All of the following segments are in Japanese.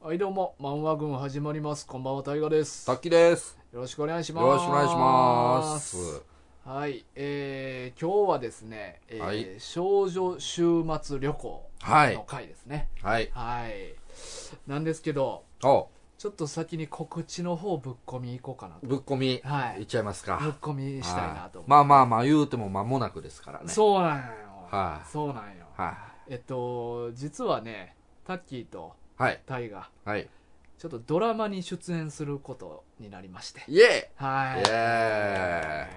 はいどうも漫画軍始まりますこんばんは大河ですさよっきです。ろしくお願いしよますろしくお願いします。はいえー、今日はですね、えーはい少女週末旅行はいの。回ですねはい。はいなんですけどお、ちょっと先に告知の方ぶっ込み行こうかなとぶっ込み、はいいっちゃいますぶっか。込みしたいなと思うはいまあまあまあ、言うても間もなくですからね。そうなんよ、はいそうなんよ、はえっと実はねタッキーとい。はい。タイがはい。ちょっとドラマに出演することになりましてイエはいイエーイ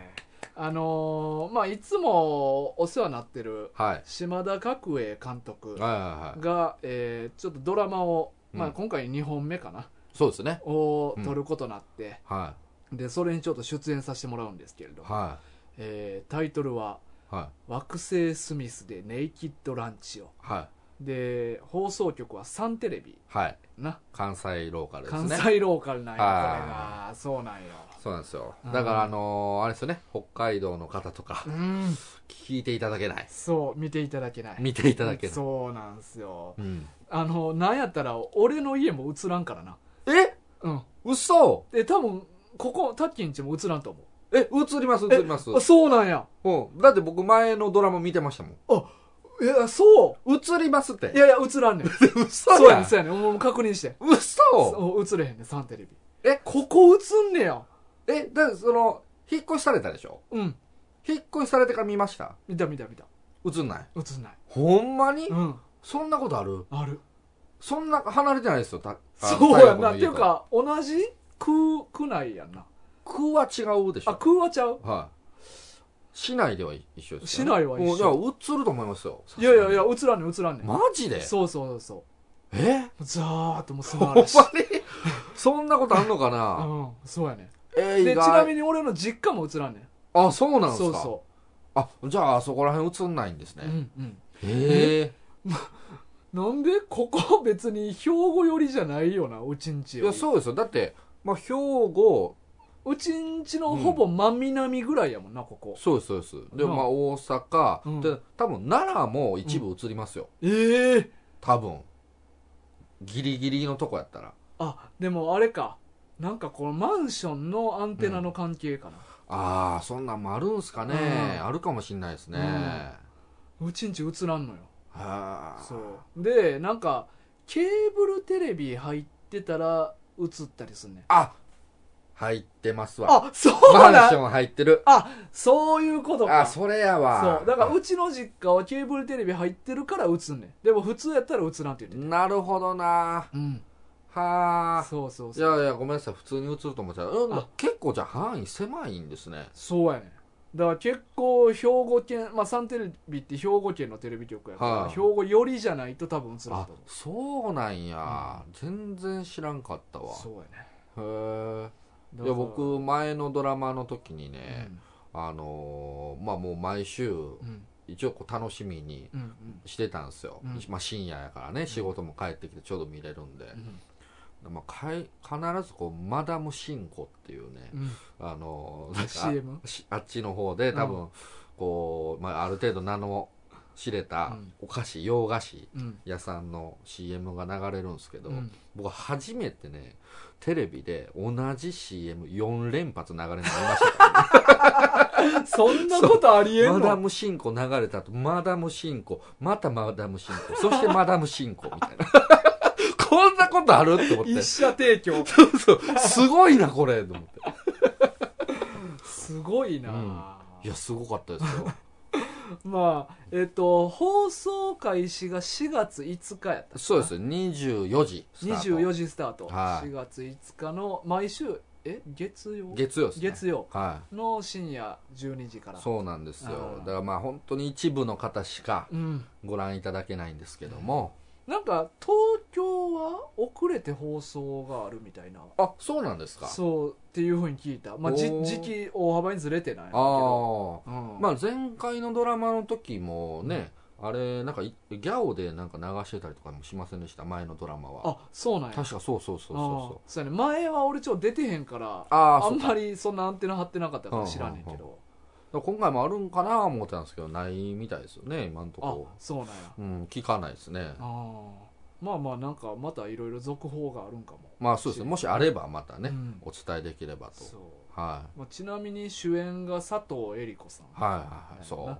あのーまあいつもお世話になってるーはい。島田角栄監督はいはいはが、えーちょっとドラマを、まあ、うん今回2本目かな、い。そうですね。をうん撮ることになって、はでそれにちょっと出演させてもらうんですけれい。ども、はえータイトルは「い。はい。惑星スミスでネイキッドランチをはい。で放送局はサンテレビはい。な、関西ローカルです関ね。西ローカルなんやこはいれがそうなんよそうなんですよ。うんだから、あのーあれですよね。北海道の方とかう、ん聞いていただけない。そう見ていただけない見ていただけない。そうなんすようん。あのなんやったら俺の家も映らんからなえうん嘘で多分ここタッキーんちも映らんと思うえ、映ります、映ります。あそうなんやうん。だって僕前のドラマ見てましたもん。いやそ映りますっういて。やいや映らんね ん嘘そうやねんそうやねんもう確認して嘘そう映れへんねんサンテレビえここ映んねやえ、だってその、引っ越しされたでしょうん引っ越しされてから見ました見た見た見た映んない映んないほんまにうんそんなことあるあるそんな離れてないですよ、たあのそうやん太陽君のな。家っていうか、同じ空、区内やんな。区は違うでしあ、ょ空はちゃうはい。市内では一緒ですよね市内は一緒うんいや、映ると思いますよ。いやいやいや、さ映らんねん映らんすねがん。にマジでそうそうそうそえう。ザーっともうすほんばまらにしい。 そんなことあんのかう、なんそうやねえー、ん。で、意ちな外みに俺の実家も映らんねん。あ、そうなんですそうかそあ、じゃあ、あそこら辺映んないんですう。ねう。んうん。へえ。なんで、ここ別に兵庫寄りじゃないよな、うちんちいよや、り。そうですよ。だって、まあ、兵庫、うちんちのほぼ真南ぐらいやもんな、ここ。そうです、そうです。で、なあまあ、大阪、うんで、多分、奈良も一部映りますよ。ええ。多分。ギリギリのとこやったら。あ、でもあれか。なんかこのマンションのアンテナの関係かな。ああ、そんなんもあるんすかね。うんあるかもしんないですね。うんはうちんち映らんのよ。あ。そうでなんかケーブルテレビ入ってたら映ったりすんねんあ入ってますわ。あそマうンシなョン入ってる。あそういうことかあ、それやわ。そうだからうちの実家はケーブルテレビ入ってるから映んねんでも普通やったら映らんって言ってなるほどな。たうんはあ。そうそういそうやいや、ごめんなさい。普通に映ると思っちゃう。うんあ結構じゃあ範囲狭いんですね。そうやねんだから結構兵庫県まあサンテレビって兵庫県のテレビ局やから、はい兵庫よりじゃないと多分映らんあと思うそうなんや、全然知らんかったわそうやねへえいだからや僕前のドラマの時にうね、んあのーまあもう毎週うん一応こう楽しみにうんうんしてたんですよ、うんまあ、深夜やからね仕事も帰ってきてちょうど見れるんで、まあ、かい必ずこうマダムシンコっていうねう、んうんあの ーなんか CM しあっちの方で多う分こう、まあ、ある程度名の知れたうんお菓子、洋菓子うん屋さんの CM が流れるんですけど、うん僕初めてねテレビで同じ CM4 連発流れになりました かそんなことありえんらのマダムシンコ流れた後マダムシンコまたマダムシンコそしてマダムシンコみたい なこんなことあるって思って一社提供そうすごいなこれと思ってすごいな、いやすごかったですよまあえっ、と放送開始が4月5日やったそうですよ24時スタート24時スタート、はい4月5日の毎週え月曜月曜です、ね、月曜はの深夜12時かいらそうなんですあよーだからまあ本当に一部の方しかうんご覧いただけないんですけども、なんか東京は遅れて放送があるみたいなあそうなんですかそうっていうふうに聞いた、まあ、じおー時期大幅にずれてないけあどあうんまあ、前回のドラマの時もね、あれなんかいギャオでなんか流してたりとかもしませんでした前のドラマはあそうなんや確かそうそうそうそうあそあそうやね前は俺ちょっと出てへんからうあああそうんかだまかりそんなアンテナ張ってなかったから知らんねんけどら今回もあるんかな思ってたんですけどないみたいですよね今のとあこそうなんやうん聞かないですねああまあまあなんかまたいろいろ続報があるんかも、まあそうですねもしあればまたね、うんお伝えできればとそう、はまあ、ちなみに主演が佐藤恵理子さんい、はいはいはいそううん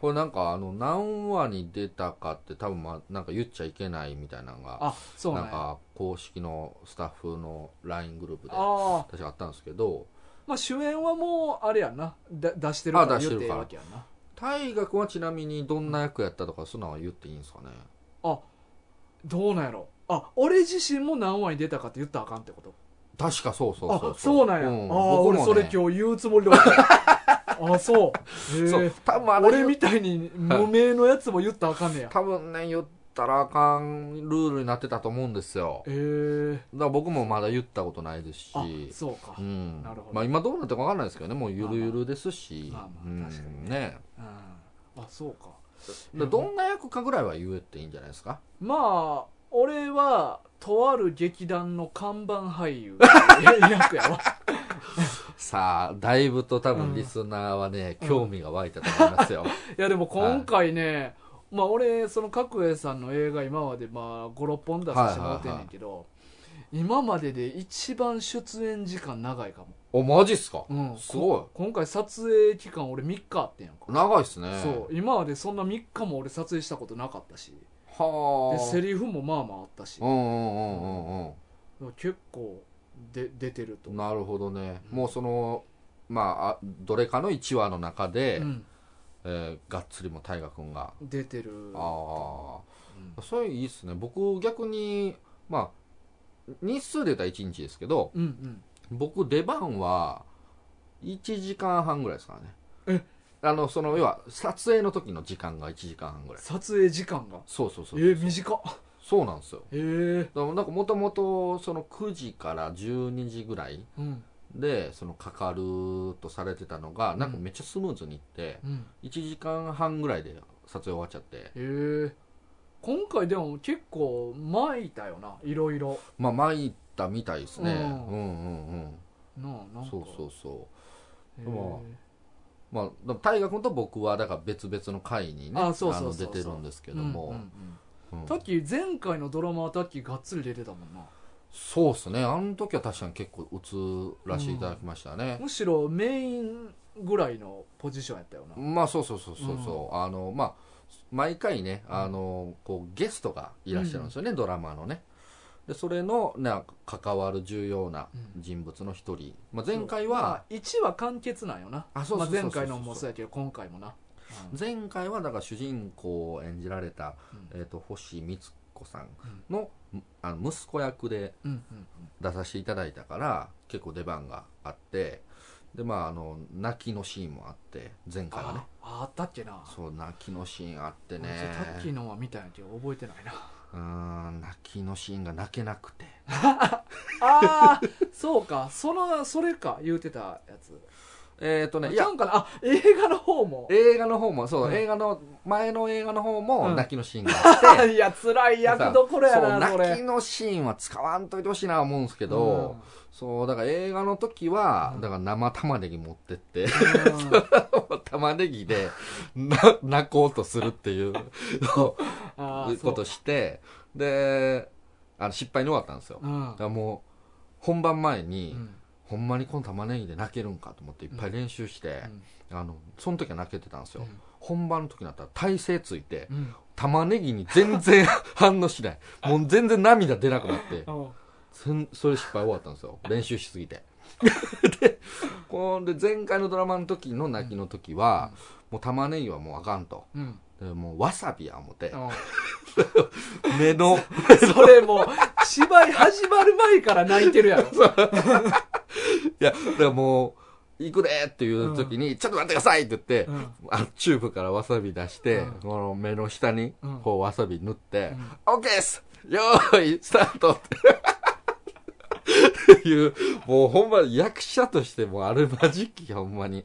これなんかあの何話に出たかって多分まあなんか言っちゃいけないみたいなのがあそうななんんやか公式のスタッフの LINE グループでああ確かあったんですけどまあ主演はもうあれやなだ出してるかあら出し言てっていいるからわけやな大河君はちなみにどんな役やったとかそんなのは言っていいんですかねどうなんやろあ俺自身も何話に出たかって言ったらあかんってこと確かそうそうそうあそうなんや、ああ僕俺もそれね今日言うつもりでおった あそうへえそう多分あれ俺みたいに無名のやつも言ったらあかん ねや多分ね言ったらあかんルールになってたと思うんですよえー、だから僕もまだ言ったことないですしあそうか、ううんんなるほどまあ今どうなってるか分かんないですけどねもうゆるゆるですしまあまあうまあん確かにねあそうかだからどんな役かぐらいは言えっていいんじゃないで すかまあ俺はとある劇団の看板俳 優っていう役やわさあだいぶと多分リスナーはね、うん興味が湧いたと思いますよ、いやでも今回ね、まあ俺その角栄さんの映画今までまあ56本出させてもらってんねんけど、今までで一番出演時間長いかおマジっすか、も、うん、すごいこ今回撮影期間俺3日あってんやんか、長いっすねそう今までそんな3日も俺撮影したことなかったしはであセリフもまあまああったしうんうんうんうんうん結構で出てると、なるほどね、うんもうそのまああどれかの1話の中で、うん、えーがっつりも大河君が、出てるあうんあそれいいっすね僕逆にまあ日数で言ったら1日ですけどうんうん僕出番は1時間半ぐらいですからねえあのその要は撮影の時の時間が1時間半ぐらい撮影時間がそうそうそうえー、短っそうなんですよへえ、だからなんかもともとその9時から12時ぐらいうんでそのかかるとされてたのがなんかめっちゃスムーズにいってうん、 1時間半ぐらいで撮影終わっちゃってへえ今回でも結構巻いたよないろいろまあ参ったみたいですねううんんうんなあなうんんかそうそううそうまあでも大河君と僕はだから別々の回にねあそうそうそうそうの出てるんですけけどもうんタッキー前回のドラマはタッキーがっつり出てたもんなそうですねあの時は確かに結構映らせていただきましたねむしろメインぐらいのポジションやったよな、まあそうそうそうそうそう、あのまあ毎回ねあのこうゲストがいらっしゃるんですよね、ドラマのねでそれのなんか関わる重要な人物の一人、まあ、前回は1話完結なんよなあそうそうそうそうまあ前回のもそうやけど今回もな、うん前回はだから主人公を演じられた、うんえー、と星光子さんの,、あの息子役でうんうん出させていただいたから結構出番があってでまああの泣きのシーンもあって前回はねあああったっけなそう泣きのシーンあってね俺ちょっとタッキーのは見たんやけど覚えてないなうーん泣きのシーンが泣けなくてああそうかそのそれか言うてたやつえっ、とねいちゃやうんかなあ映画の方も映画の方もそう、うん映画の前の映画の方うんも泣きのシーンがあっ て、いや辛い役どころやなそそう泣きれのシーンは使わんといてほしいな思うんですけど、そうだから映画の時は、うんだから生玉ねぎ持ってって うんうん玉ね ぎでな泣こうとするっていう そうあーことしてであの失敗に終わったんですよ、そううだからもう本番前に、んほんまにこの玉ねぎで泣けるんかと思っていっぱい練習して、あのその時は泣けてたんですよ、本番の時になったら体勢ついてうん玉ねぎに全然 反応しないもう全然涙出なくなってうんそんそれ失敗終わったんですよ練習しすぎて でこんで前回のドラマの時の泣きの時は、もう玉ねぎはもうあかんとうんでもうわさびや思って うん目のそれもう芝居始まる前から泣いてるや ろいやだからもう行くでーっていう時に、ちょっと待ってくださいって言って、うんあのチューブからわさび出して、うんこの目の下にうんこうわさび塗ってうん「OK ですよーいスタート!」って いうもうほんま役者としてもあるまじきほんまに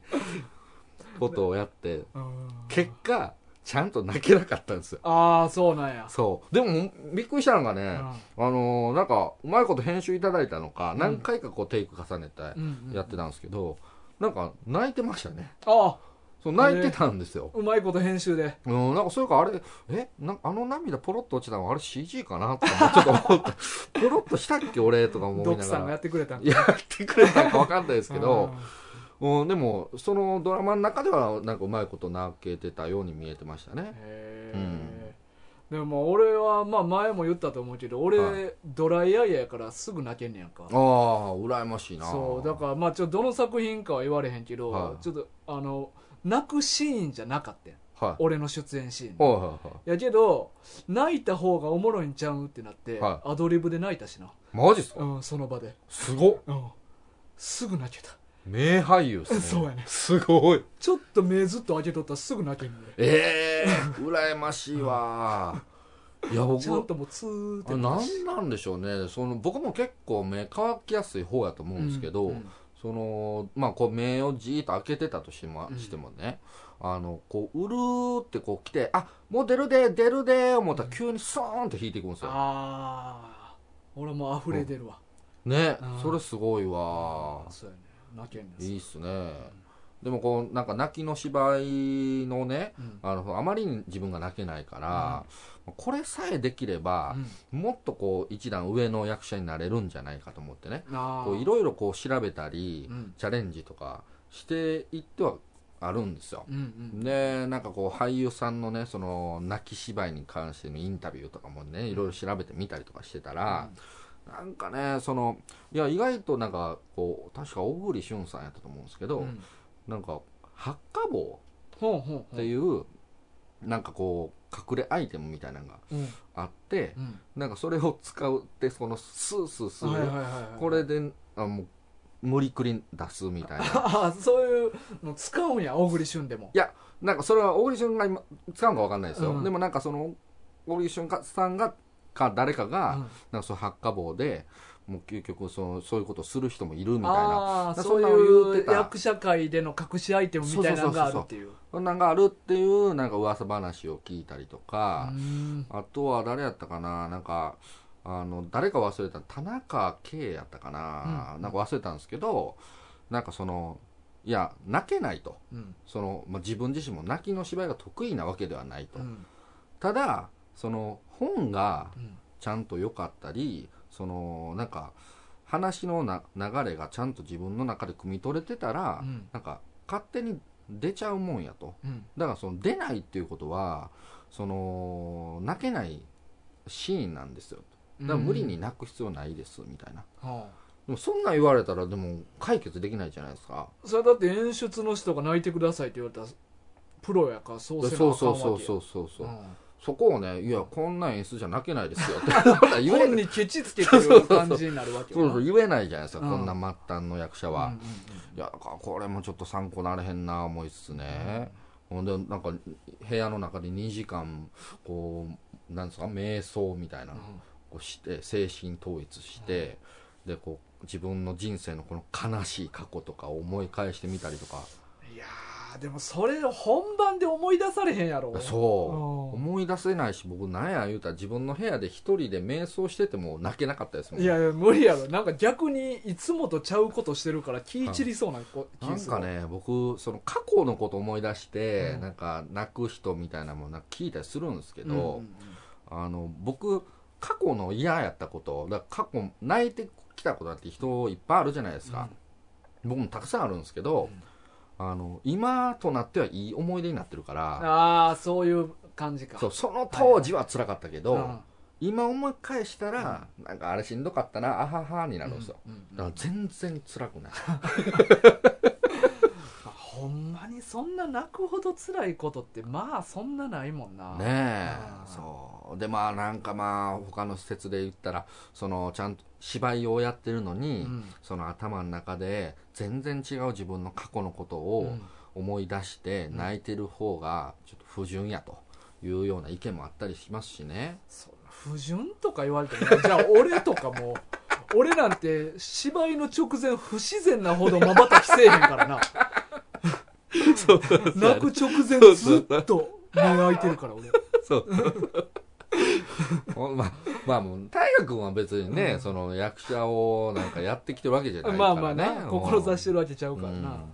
ことをやってうん結果ちゃんと泣けなかったんですよああそうなんやそうでもびっくりしたのがね、あのーなんかうまいこと編集いただいたのか、ん何回かこうテイク重ねてうんうんやってたんですけど、なんか泣いてましたねああそう泣いてたんですよ、うまいこと編集でうん、なんかそういうかあれえなんあの涙ポロッと落ちたのあれ CG かなとかちょっと思った ポロッとしたっけ俺とか思ドいックなさんががやらってくれたんでやってくれたか分かんないですけど、うん、でもそのドラマの中ではなんかうまいこと泣けてたように見えてましたねへえ、でもまあ俺はまあ前も言ったと思うけど俺、はドライアイやからすぐ泣けんねやんかああ羨ましいなそうだからまあちょっとどの作品かは言われへんけど、はいちょっとあの泣くシーンじゃなかったやんらはい俺の出演シーンはいはいはやけど泣いた方がおもろいんちゃうってなって、はアドリブで泣いたしな、いマジっすかうん、その場ですごっうんすぐ泣けた名俳優っすねそうやねすごいちょっと目ずっと開けとったらすぐ泣けるんでええ ー、羨ましいわいや僕ちゃんともうツーってあなんなんでしょうねその僕も結構目乾きやすい方やと思うんですけど、うんそのまあこう目をじーっと開けてたとしてもうんしてもね、あのこううるーってこう来てあもう出るで出るで思ったら急にスーンって引いていくんですよ、ああ俺もう溢れ出るわ、ねあーそれすごいわそうやね泣けんねんいいっすね、でもこうなんか泣きの芝居のねうんあのあまりに自分が泣けないから、これさえできれば、もっとこう一段上の役者になれるんじゃないかと思ってねあこういろいろこう調べたり、うんチャレンジとかしていってはあるんですよ、うんうんでなんかこう俳優さんのねその泣き芝居に関してのインタビューとかもねいろいろ調べてみたりとかしてたら、なんかねそのいや意外となんかこう確か小栗旬さんやったと思うんですけど、うんなんか発火棒ほんほんほんっていう、なんかこう隠れアイテムみたいなのがうんあって、うんなんかそれを使うってそのスースースー、はいはいはいはいこれであもう無理くり出すみたいな ああそういうの使うんや小栗旬でもなんかそれはオーディションが今使うのか分かんないですよ、うんでもなんかそのオーディションさんがか誰かが、うんなんかその発火棒でもう究極そのそういうことをする人もいるみたいなああそそんうなんを言いうてうた役者界での隠しアイテムみたいなのがあるっていうそんなんがあるっていうなんか噂話を聞いたりとか、うんあとは誰やったかななんかあの誰か忘れた田中圭やったかな、うんなんか忘れたんですけどなんかそのいや泣けないとうんその、まあ、自分自身も泣きの芝居が得意なわけではないと、うんただその本がうんちゃんと良かったりそのなんか話のな流れがちゃんと自分の中で汲み取れてたら、うんなんか勝手に出ちゃうもんやとうんだからその出ないっていうことはその泣けないシーンなんですよだから無理に泣く必要ないですみたいな、はでもそんなん言われたらでも解決できないじゃないですかあそれだって演出の人が泣いてくださいって言われたらプロやからそうそうせなそあうかんそわうけやそうそうそうそううんこをねいやこんな演出じゃ泣けないですよって そんなん言え本にケチつけてる感じになるわけよそうなそう言えないじゃないですか、うんこんな末端の役者は、うんうんいやだからこれもちょっと参考になれへんな思いつつね、ほんでなんか部屋の中で2時間こうなんですか瞑想みたいなうのんをして精神統一して、でこう自分の人生のこの悲しい過去とかを思い返してみたりとか、いやーでもそれ本番で思い出されへんやろそううん思い出せないし僕なんや言うたら自分の部屋で一人で瞑想してても泣けなかったですもんいやいや無理やろなんか逆にいつもとちゃうことしてるから気散りそうなこ気なんするかね僕その過去のこと思い出して、うんなんか泣く人みたいなもんなんか聞いたりするんですけうんうんうど、んあの僕過去の嫌やったことだから過去泣いてきたことだって人いっぱいあるじゃないですか、僕もたくさんあるんですけど、あの今となってはいい思い出になってるからああそういう感じかそうその当時は辛かったけど、うん今思い返したら、なんかあれしんどかったなあははになるんですよ、うんうんうんだから全然辛くないまあほんまにそんな泣くほど辛いことってまあそんなないもんなねえうんそうでまあなんかまあ他の施設で言ったらそのちゃんと芝居をやってるのうに、んその頭の中で全然違う自分の過去のことうをん思い出してん泣いてる方がちょっと不純やというような意見もあったりしますしねそんな不純とか言われてもじゃあ俺とかも俺なんて芝居の直前不自然なほどまばたきせえへんからな 泣く直前ずっと目開いてるから俺 ほんまあまあもう大河君は別にね、その役者をなんかやってきてるわけじゃないからねまあまあねうん志してるわけちゃうからな、うんあ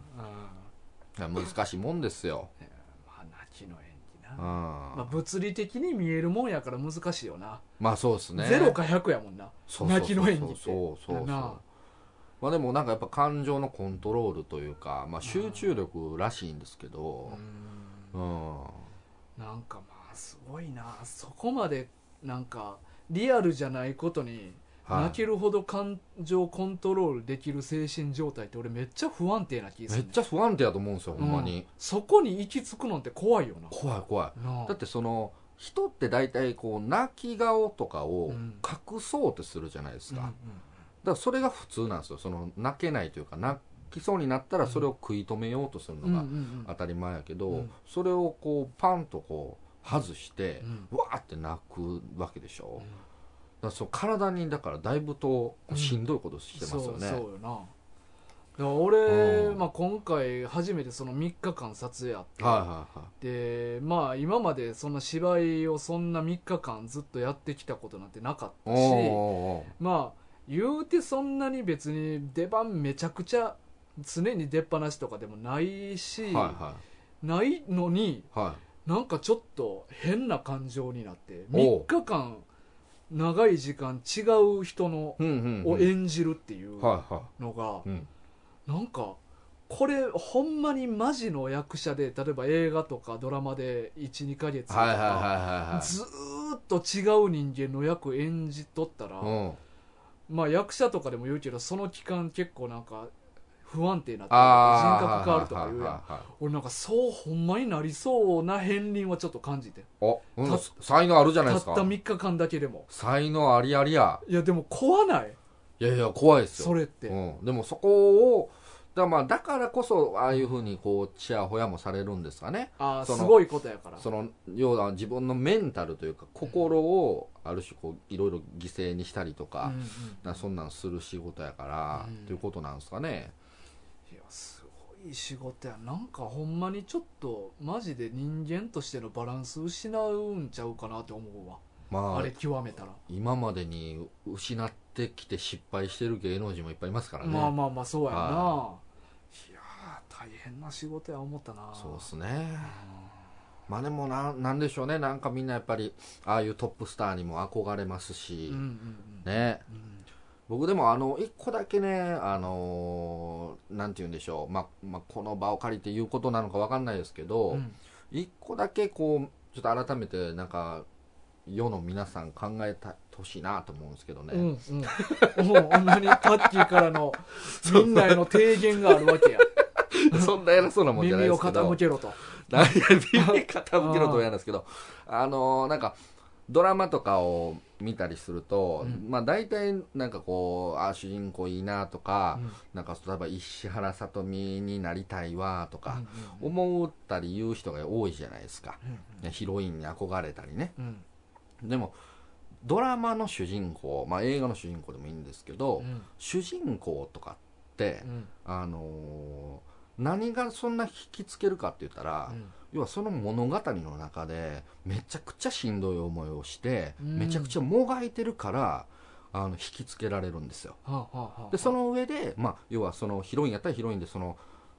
いや難しいもんですよ、まあ泣きの演技うな、んまあ、物理的に見えるもんやから難しいよな、まあそうですねゼロか100やもんなそうそうそう泣きの演技ってそうそうそうなあまあでもなんかやっぱ感情のコントロールというか、まあ、集中力らしいんですけどうん、なんかまあすごいなそこまでなんかリアルじゃないことにはい泣けるほど感情コントロールできる精神状態って俺めっちゃ不安定な気がすめるっちゃ不安定だと思うんですよほんまうに、そこに行き着くのって怖いよな怖い怖いなあだってその人って大体こう泣き顔とかをうん隠そうってするじゃないですか、うんうだんからそれが普通なんですよその泣けないというか泣きそうになったらそれを食い止めようとするうんうのがん当たり前やけど、うんそれをこうパンとこう外してう、んわーって泣くわけでしょ、うんだからそう体にだからだいぶとうんしんどいことしてますよね、そうそうよなだから俺、うんまあ、今回初めてその3日間撮影あって、はいはいはいでまあ今までそんな芝居をそんな3日間ずっとやってきたことなんてなかったしおーおまあ言うてそんなに別に出番めちゃくちゃ常に出っ放しとかでもないし、ーおーはないのにいはいはなんかちょっと変な感情になっておう3日間長い時間違う人のいうんうんうんを演じるっていうはいはのがいうんなんかこれほんまにマジの役者で例えば映画とかドラマで12ヶ月とはいはいはいかはいはいずーっと違う人間の役演じとったら、うんまあ役者とかでも言うけどその期間結構なんか不安定になってあ人ー格変わるとか言うやはいんはいはい俺なんかそうほんまになりそうな片鱗はちょっと感じておうんた才能あるじゃないたでっすたか3日間だけでも才能ありありやいやでも怖ないいやいや怖いですよそれって、うん、でもそこをだからまあだからこそああいうふうにこうちやほやもされるんですかねああすそのごいことやからその要は自分のメンタルというか心をある種こういろいろ犠牲にしたりとか、うんうんなそんなんする仕事やから、うんということなんですかねいやすごい仕事やなんかほんまにちょっとマジで人間としてのバランス失うんちゃうかなって思うわまああれ極めたら、今までに失ってきて失敗してる芸能人もいっぱいいますからね、まあまあまあそうやな、、はいやー大変な仕事や思ったなそうですねまあでもななんでしょうねなんかみんなやっぱりああいうトップスターにも憧れますし、うんうんうんねうん僕でもあの一個だけねあのーなんて言うんでしょう、まあまあ、この場を借りて言うことなのかわかんないですけど、うん一個だけこうちょっと改めてなんか世の皆さん考えたほしいなと思うんですけどね、うんうんもうあんなにパッキーから のみんなへの提言があるわけや そんな偉そうなもんじゃな耳いでをすけど傾けろとなんか耳傾けろとも嫌なんです けど、あのーなんか、ドラマとかを見たりすると、うんまあ大体なんかこう、あー主人公いいなとか、うんなんか例えば石原さとみになりたいわとうかん、思ったり言う人が多いじゃないですか。うんねヒロインに憧れたりね。うんうんでも、ドラマの主人公、まあ映画の主人公でもいいんですけど、うん主人公とかってう、んあのー何がそんな引きつけるかって言ったら、うん要はその物語の中でめちゃくちゃしんどい思いをして、うんめちゃくちゃもがいてるからあの引きつけられるんですよはあはあはあでその上で、まあ、要はそのヒロインやったらヒロインでその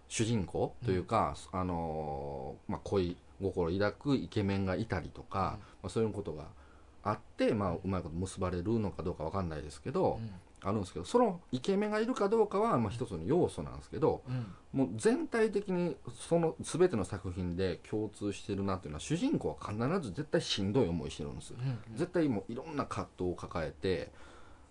主人公というか、あのーまあ、恋心抱くイケメンがいたりとか、まあ、そういうことがあって、まあ、うまいこと結ばれるのかどうかわかんないですけど、あるんですけどそのイケメンがいるかどうかは、まあ、一つの要素なんですけど、うんうんもう全体的にその全ての作品で共通してるなっていうのは主人公は必ず絶対しんどい思いしてるんですうん絶対もういろんな葛藤を抱えて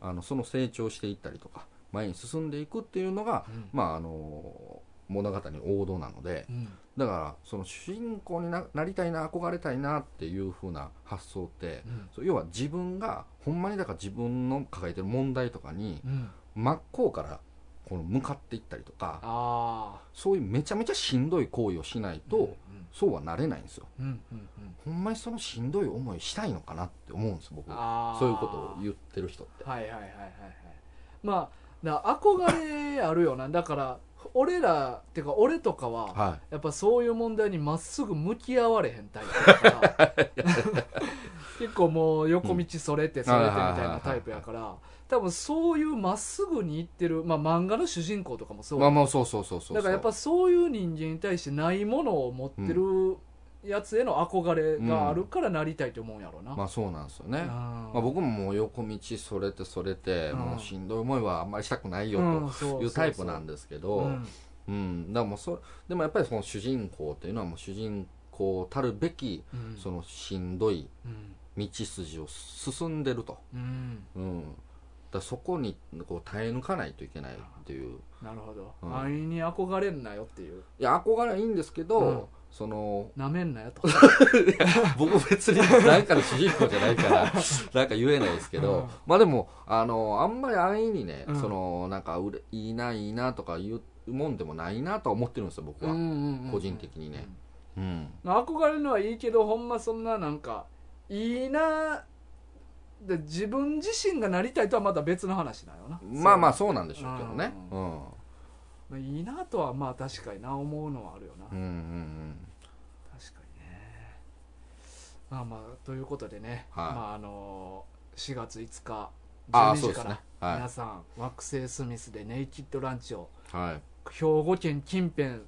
あのその成長していったりとか前に進んでいくっていうのが、うんまああの物語の王道なのでうんだからその主人公にななりたいな憧れたいなっていう風な発想ってうんそう要は自分がほんまにだから自分の抱えてる問題とかにうん真っ向からこの向かっていったりとかああそういうめちゃめちゃしんどい行為をしないと、そうはなれないんですようんうんうんうんほんまにそのしんどい思いしたいのかなって思うんです僕あーそういうことを言ってる人ってはいはいはいはいはいまあだ憧れあるよなだから俺らってか俺とかははやっぱそういう問題にまっすぐ向き合われへんタイプだから 結構もう横道それてそれてみたいなタイプやから多分そういうまっすぐにいってる、まあ、漫画の主人公とかもそうまあまあそうそうそうそうだからやっぱそういう人間に対してないものを持ってるやつへの憧れがあるからなりたいと思うんやろうな、まあそうなんですよね、あまあ、僕ももう横道それてそれて、うんもうしんどい思いはあんまりしたくないよというタイプなんだですけど、うんだからもうそでもやっぱりその主人公というのはもう主人公たるべきそのしんどいうん道筋を進んでると、うんうん、だからそこにこう耐え抜かないといけないっていうなるほど、うん安易に憧れんなよっていういや憧れはいいんですけど、うんそのなめんなよと 僕別に誰かの主人公じゃないからなんか言えないですけど、うんまあでもあのあんまり安易にね、うんそのなんかうれいいないいなとか言うもんでもないなとは思ってるんですよ僕は、個人的にね、うんまあ憧れるのはいいけどほんまそんななんかいいなで自分自身がなりたいとはまた別の話だよなまあまあそうなんでしょうけどね、う、うんうんまあいいなとはまあ確かにな思うのはあるよな、うん確かにねまあまあということでね、はいまああの4月5日ああ12そ時うでかすら、ねは皆さん惑星スミスでネイキッドランチをいは兵庫県近辺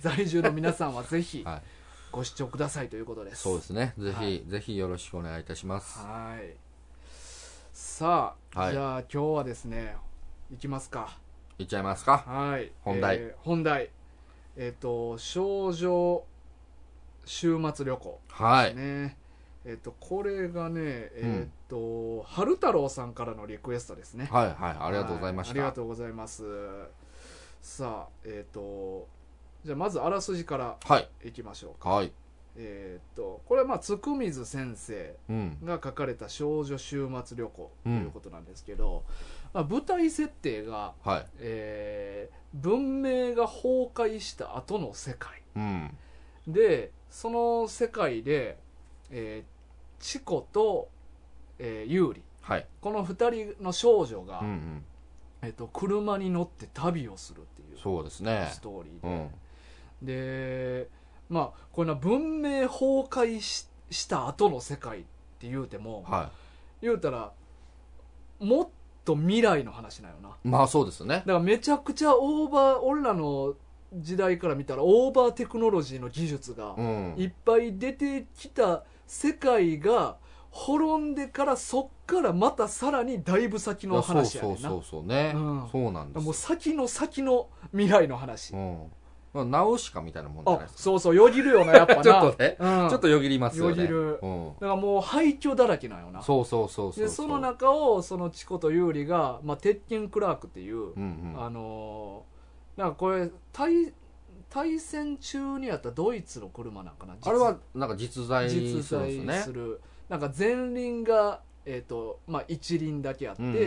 在住の皆さんはぜい、ひ はい、ご視聴くださいということですそうですねぜひ、はいぜひよろしくお願いいたしますはいさあ、はいじゃあ今日はですねいきますかいっちゃいますかはい本題えー本題えっ、と少女週末旅行はい、ねえっ、とこれがねえっ、と、春太郎さんからのリクエストですねはいはいありがとうございましはありがたとうございますさあえっ、とじゃあまずあらすじからはいいきましょうかはいえっ、とこれはまあつくみず先生うんが書かれた「少女週末旅行」ということなんですけど、まあ、舞台設定が、はいえー文明が崩壊した後の世界うんでその世界で、えーチコと、えー、ユーリはいこの2人の少女が、うんうんえっと車に乗って旅をするっていうそうですねストーリーうで、んでまあこれな文明崩壊しした後の世界って言うても、は言うたらもっと未来の話なよなだかいまあそうですねらめちゃくちゃオーバー俺らの時代から見たらオーバーテクノロジーの技術がうんいっぱい出てきた世界が滅んでからそっからまたさらにだいぶ先の話やねんなそうそうそうそうね、うんそうなんですもう先の先の未来の話、うんまあ、ナウシカみたいなもんじゃないあですそうそうよぎるよなやっぱな ちょっとね、うんちょっとよぎりますよねよぎるうん、だからもう廃墟だらけなんよなそうそうそうそうでその中をそのチコとユーリが、まあ、鉄拳クラークっていうう、んうんあのーなんかこれ対対戦中にやったドイツの車なんかな実あれはなんか実在するんで実すよ在する,、ねなんか前輪が、えーとまあ、一輪だけあって、うんうんう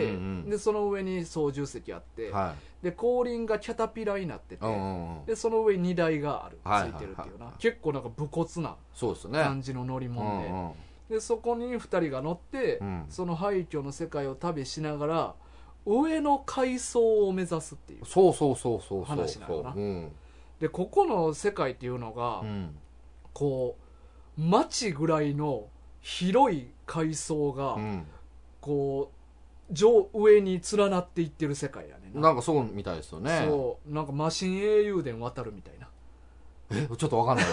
んでその上に操縦席あって、はで後輪がキャタピラになってい、て、うんうんうん、でその上に荷台がある、はいはいはいついてるっていうな結構なんか武骨なそうですね感じの乗りう物で,、んうんでそこに2人が乗って、うんその廃墟の世界を旅しながら上の階層を目指すっていうそうそうそうそうそう話なそのうかなうんでここの世界っていうのが、うんこう街ぐらいの広い階層が、うんこう上上に連なっていってる世界やねんななんかそうみたいですよねそうなんかマシン英雄伝渡るみたいな えちょっとわかんない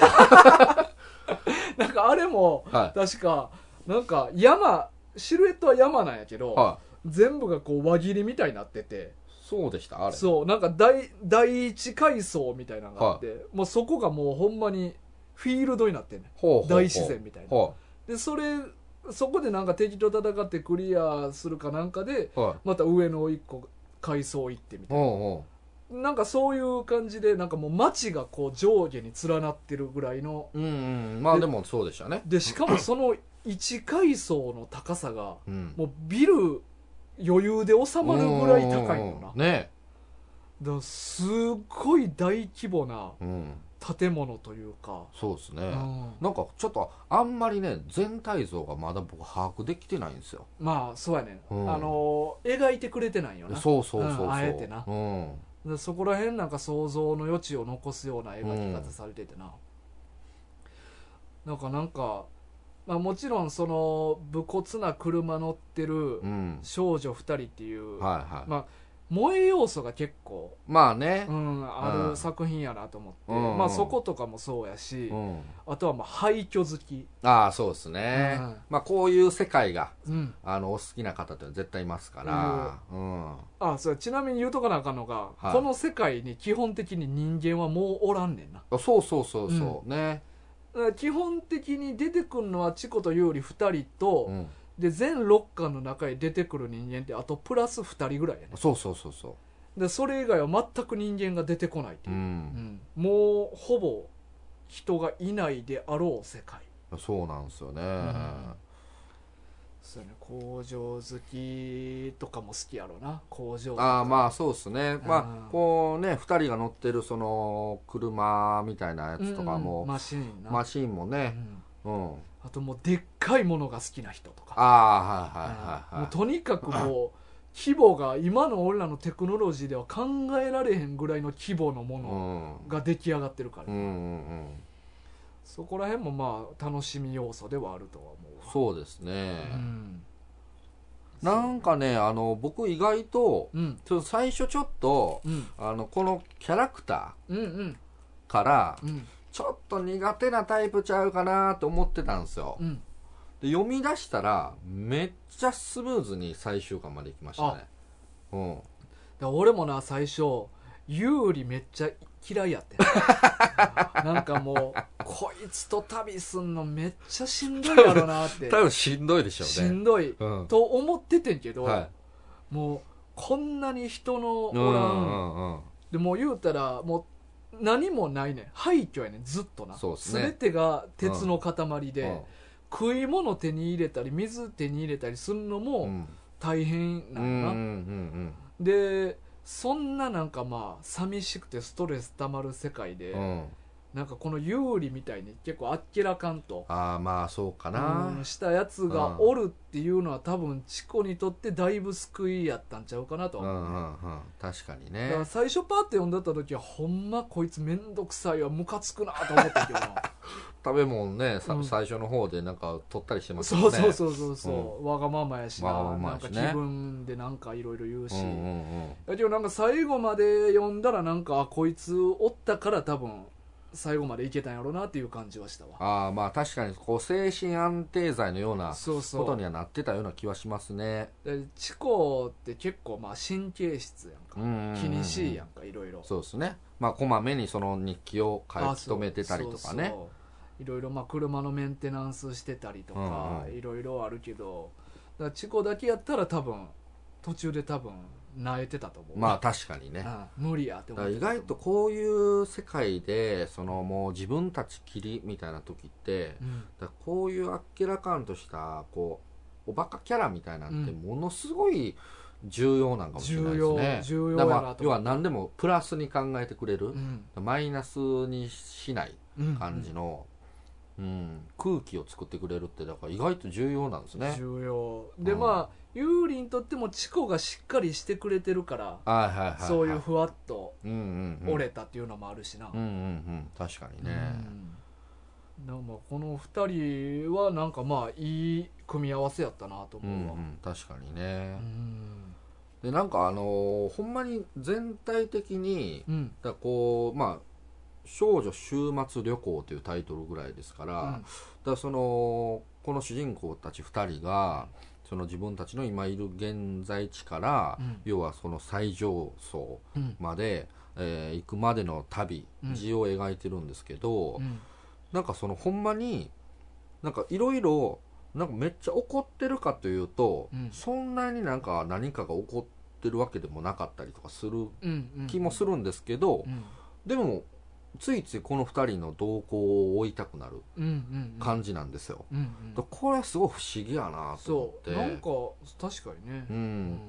なんかあれもは確かなんか山シルエットは山なんやけど、いはい全部がこう輪切りみたいになっててそうでしたあれそうなんか第第一階層みたいなのがあって、もうそこがもうほんまにフィールドになってんねんほうほうほう大自然みたいなはでそれそこでなんか敵と戦ってクリアするかなんかでいはいまた上の一個階層行ってみたいな、ほなんかそういう感じでなんかもう街がこう上下に連なってるぐらいのうほううんうんまあでもそうでしたねでしかもその1階層の高さがうんもうビル余裕で収まるぐらい高いのなだうかんねらすっごい大規模なうん建物というか、そうですねうんなんかちょっとあんまりね全体像がまだ僕把握できてないんですよまあそうやね、うんあの描いてくれてないよなそうそうそうそううんあえてなうんでそこら辺なんか想像の余地を残すような描き方されててな、なんかなんかまあ、もちろんその武骨な車乗ってるうん少女2人っていう、はいはいまあ、萌え要素が結構、まあねう、ん、あうるん作品やなと思って、うんうんまあ、そことかもそうやし、うん、あとはまあ廃墟好き、ああそうですね、うんまあこういう世界がうん、あのお好きな方っていうのは絶対いますから、うんあそうやちなみに言うとかなあかんのが、はいこの世界に基本的に人間はもうおらんねんなそうそうそうそう、ね、だから基本的に出てくるのはチコとユーリ2人と、うん、で全6巻の中に出てくる人間ってあとプラス2人ぐらいやねそうそうそうそでそれ以外は全く人間が出てこないってう、いうう、ん、うんもうほぼ人がいないであろう世界そうなんですよね、んそうやね工場好きとかも好きやろうな工場ああまあそうですね、うまんあこうね2人が乗ってるその車みたいなやつとかうんうんも、マシーンな、マシンもうね、んうん、あともうでっかいものが好きな人とかああはいはいはいもはういとにかくもう規模が今の俺らのテクノロジーでは考えられへんぐらいの規模のもうのんが出来上がってるから、うんうんうんそこら辺もまあ楽しみ要素ではあるとは思うわそうですね、うんなんかねあの僕意外とうんちょっと最初ちょっとうんあのこのキャラクタうんうんーからうんちょっと苦手なタイプちゃうかなと思ってたんですようんで読み出したらめっちゃスムーズに最終巻まで行きましたねうだんから俺もな最初有利めっちゃ嫌いや ってんなんかもうこいつと旅すんのめっちゃしんどいやろなって 多分しんどいでしょしうねんどいうんと思っててんけど、はもうこんなに人のいうんうおらん、んうんでもう言うたらもう何もないねん廃墟やねんずっとなそうっすね全てが鉄の塊で、うん食い物手に入れたり水手に入れたりするのうもん大変うなんうんやな、んでそんななんかまあ寂しくてストレス溜まる世界で、うんうんなんかこの有利みたいに結構あっけらかんとああまあそうかなうんしたやつがおるっていうのは多分チコにとってだいぶ救いやったんちゃうかなとうはんう思うね、んうん確かにだねから最初パーって読んだった時はほんまこいつめんどくさいわムカつくなと思ったけ どな食べ物ねさうん最初の方でなんか取ったりしてますよそねうそうそうそうそう、わがままやしなわがままやしねなんか気分でなんかいろいろ言うし、うんうんうんだけどなんか最後まで読んだらなんかあこいつおったから多分最後までいけたんやろうなっていう感じはしたわああまあ確かにこう精神安定剤のようなそうそことうにはなってたような気はしますねでチコって結構まあ神経質やんか、気にしいやんんかいろいろそうですねまあこまめにその日記を書き留めてたりとかあそうねそうそういろいろまあ車のメンテナンスしてたりとか、うんうんいろいろあるけどだからチコだけやったら多分途中で多分萎えてたと思うまあ確かにねあ無理やってだ思かっらて意外ととこういう世界でそのもう自分たちきりみたいな時って思う、うんだからこういうあっけらかんとしたこうおバカキャラみたいなんてものすごい重要なんかもしれないですね、重要重要だやかならとまあ要は何でもプラスに考えてくれうる、んマイナスにしないうん感じの、うん空気を作ってくれるってだから意外と重要なんですね重要でうんまあ有利にとってもチコがしっかりしてくれてるからはいはいはい、はい、そういうふわっとうんうんうん折れたっていうのもあるしな、うんうんうん確かにね、うん、なんかこの2人はなんかまあいい組み合わせやったなとうん思うわ、うん確かにねう、んでなんかあのーほんまに全体的にうんだからこうまあ少女週末旅行というタイトルぐらいですから、だからそのこの主人公たち2人がその自分たちの今いる現在地から、うん要はその最上層うんまで、えー行くまでの旅うん字を描いてるんですけど、うんなんかそのほんまになんかいろいろなんかめっちゃ怒ってるかというと、うんそんなになんか何かが起こってるわけでもなかったりとかするうんうん気もするんですけど、うんでもついついこの2人の動向を追いたくなるうんうんうん感じなんですよ、うんうんだからこれはすごい不思議やなと思っそてうなんか確かにねう、うんん、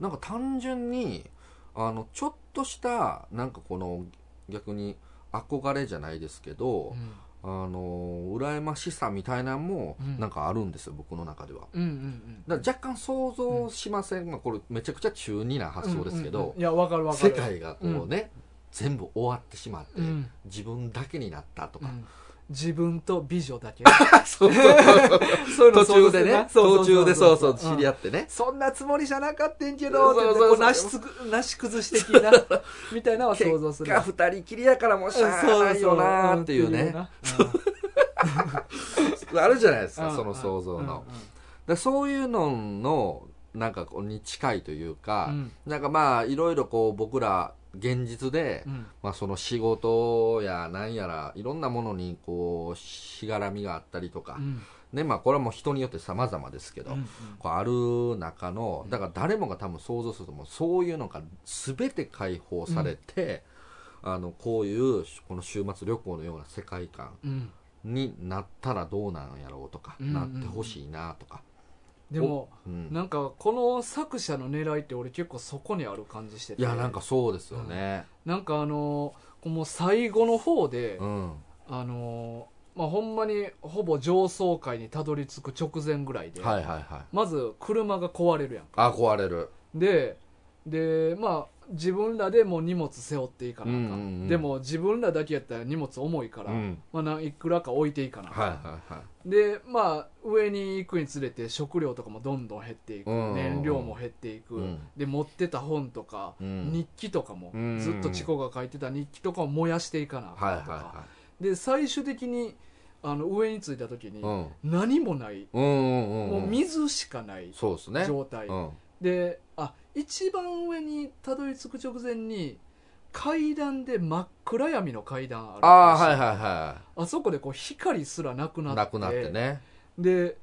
なんか単純にあのちょっとしたなんかこの逆に憧れじゃないですけど、あの羨ましさみたいなのもうんなんかあるんですよ、僕の中ではうんうんうんだから若干想像しません、まあ、これめちゃくちゃ中二な発想ですけど、うんうんうんいやわかるわか世る界がこうね、全部終わってしまって、うん自分だけになったとうか、ん自分と美女だけ そうそうそそういううの想像途中すでるなね途中でそうそんう知り合ってねそんなつもりじゃなかったんけどってそうそうそうこうなしつくなし崩し的なみたいなのは想像する結果二人きりやからもうしゃあないよなーっていうねあるじゃないですかその想像のだそういうののなんかこうに近いというか、うんなんかまあいろいろこう僕ら現実で、まあ、その仕事やなんやらいろんなものにこうしがらみがあったりとか、ねまあ、これはもう人によって様々ですけど、こうある中のだから誰もが多分想像するともうそういうのが全て解放されて、あのこういうこの週末旅行のような世界観になったらどうなんやろうとか、うんうんなってほしいなとか。でもうんなんかこの作者の狙いって俺結構そこにある感じしてていやなんかそうですよね、なんかあのーもう最後の方でうんあのーまあほんまにほぼ上層階にたどり着く直前ぐらいではいはいはいまず車が壊れるやんあ壊れるででまあ自分らでもう荷物背負っていかなあかん、うんうんうんでも自分らだけやったら荷物重いかうら、んまあ、ないくらか置いていかなあかんはいはいはいでまあ上に行くにつれて食料とかもどんどん減っていく、うんうんうん燃料も減っていく、うんで持ってた本とか、うん日記とかも、うんずっとチコが書いてた日記とかを燃やしていかなあはいかはんいとか、はで最終的にあの上に着いた時いに、うん何もない、うんうんもううん水しかないそうですね状態、うんであ一番上にたどり着く直前に階段で真っ暗闇の階段あるああはいはいはあそこでこう光すらなくなっいてなくなってねで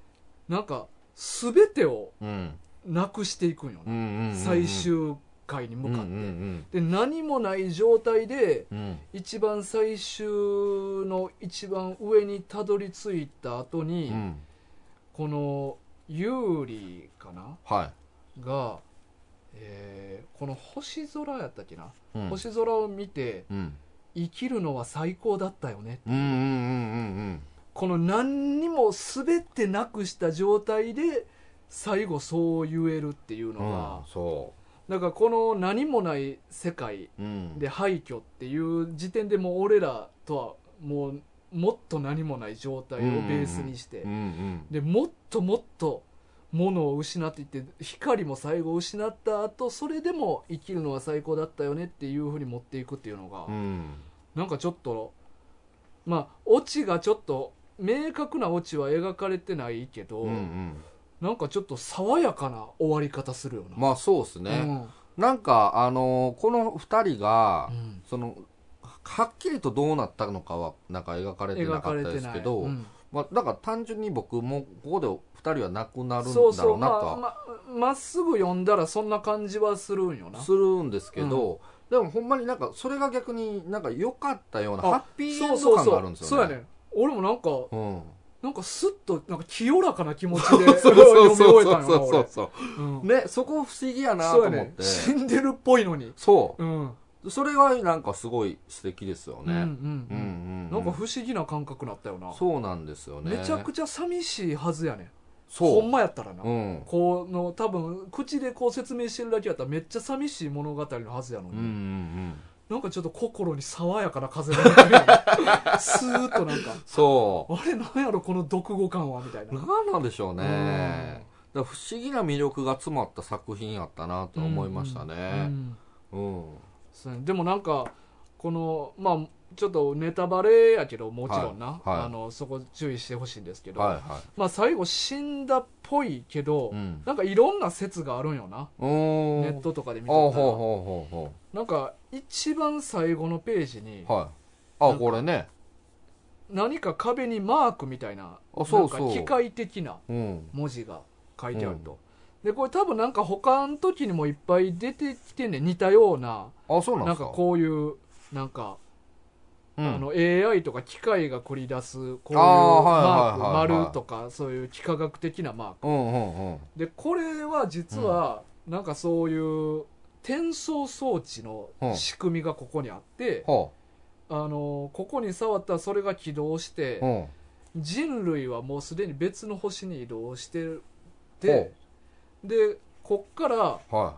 なんか全てをうんなくしていくんようね、んうんうん最終回に向かって、うんうんで何もない状態でうんうん一番最終の一番上にたどり着いた後に、うんこのユーリかなはが、えーこの星空やったっけな、いうん星空を見てうん生きるのは最高だったよねうんうんうんうんうんこの何にも全てなくした状態で最後そう言えるっていうのうんが、そだからこの何もない世界ううんで廃墟っていう時点でもう俺らとはもうもっと何もない状態をベースにして、うんうんでもっともっとものを失っていって光も最後失った後それでも生きるのは最高だったよねっていうふうに持っていくっていうのが、うんなんかちょっとまあオチがちょっと明確なオチは描かれてないけど、うんうんなんかちょっと爽やかな終わり方するよな、まあそうですねなんかあのーこの二人がうんうんそのはっきりとどうなったのかはなんか描かれてな描かかっれたでてすなけいど、うんまあ、だから単純に僕もここで2人はなくなるんだそうそろううなまとあはままっすぐ読んだらそんな感じはするんよなするんですけど、でもほんまになんかそれが逆になんか良かったようなあハッピーエそうンドそう感がそあるんうですそうよやね。ね俺もなんかうん、なんかスッとなんか清らかな気持ちで そうそれをそう 読みそう終えそたうのよなそう俺そううんねそこ不思議やなとそう思やって、ね死んでるっぽいのにそうんうそれはなんかすごい素敵ですようんうね、うんうんんうん、なんか不思議な感覚なったよなそうなんですよねめちゃくちゃ寂しいはずやねんそほうんまやったらなうんこの多分口でこう説明してるだけやったらめっちゃ寂しい物語のはずやのうんうに、んうんなんかちょっと心に爽やかな風が吹いてるよね スーッとなんかそうあれなんやろこの独語感はみたいななんなんでしょうね。だから不思議な魅力が詰まった作品やったなと思いましたうね。んうん。そうねでもなんかこのまあちょっとネタバレやけどもちろんな、はいはいあのそこ注意してほしいんですけど、はいはまあ、最後死んだっぽいけど、い。うん。なんかいろんな説があるんよなうーん。ネットとかで見てたあほうらほうほなんか一番最後のページにうほう。はい。あ、これね。何か壁にマークみたいなあそうそうなんか機械的なうん。文字が書いてあると、でこれ多分なんか他の時にもいっぱい出てきてんねん似たようなあ、そうなんなでんすかか。こういうなんか、うんあの AI とか機械が繰り出すこういうマーあークはいはいはいはい丸とかそういう幾何学的なマークうんうんうん。でこれは実はなんかそういう転送装置の仕組みがここにあって、はあのここに触ったらそれが起動して、あ。うん。人類はもうすでに別の星に移動してるほででこっからうは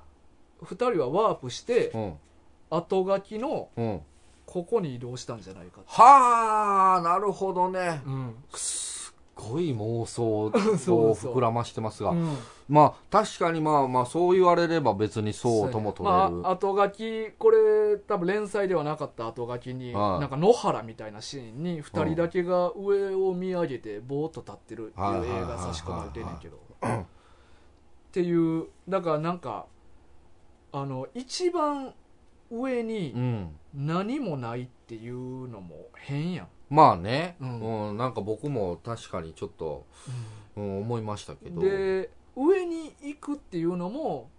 2人はワープしてい。うん。後書きのうん。ここに移動したんじゃないかってはあなるほどねうんすっごい妄想を そうそう膨らましてますがうんまあ確かにまあまあそう言われれば別にそうとも取れる、まあ、後書きこれ多分連載ではなかった後書きに、はいなんか野原みたいなシーンに2人だけが上を見上げてぼーっと立ってるってはいいはいうはい映はい画はい差し込まれてんねんけど っていうだからなんかあの一番上うにん何もないっていうのも変やん、まあね、ううんんなんか僕も確かにちょっと、うん、思いましたけどで上に行くっていうのも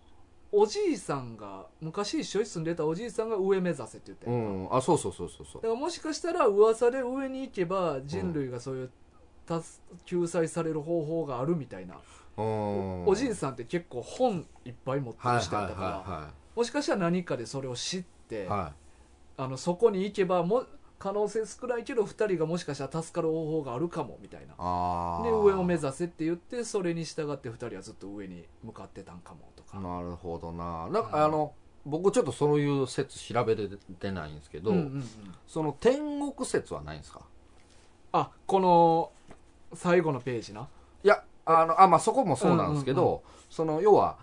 おじいさんが昔一緒に住んでたおじいさんが上目指せって言ってうんやんかん、あそうそうそうそうそだからもしかしたら噂で上に行けば人類がそういう助救済される方法があるみたいな、ううんおじいさんって結構本いっぱい持ってはいるはい人だったから、はもしかしたら何かでそれを知っいて、はい、はあのそこに行けばも可能性少ないけど2人がもしかしたら助かる方法があるかもみたいなああで上を目指せって言ってそれに従って2人はずっと上に向かってたんかもとか、なるほどななんうんかあの僕ちょっとそういう説調べてないんですけど、うんうんうんその天国説はないんですかあこの最後のページないやあのあまあそこもそうなんですけど、うんその要は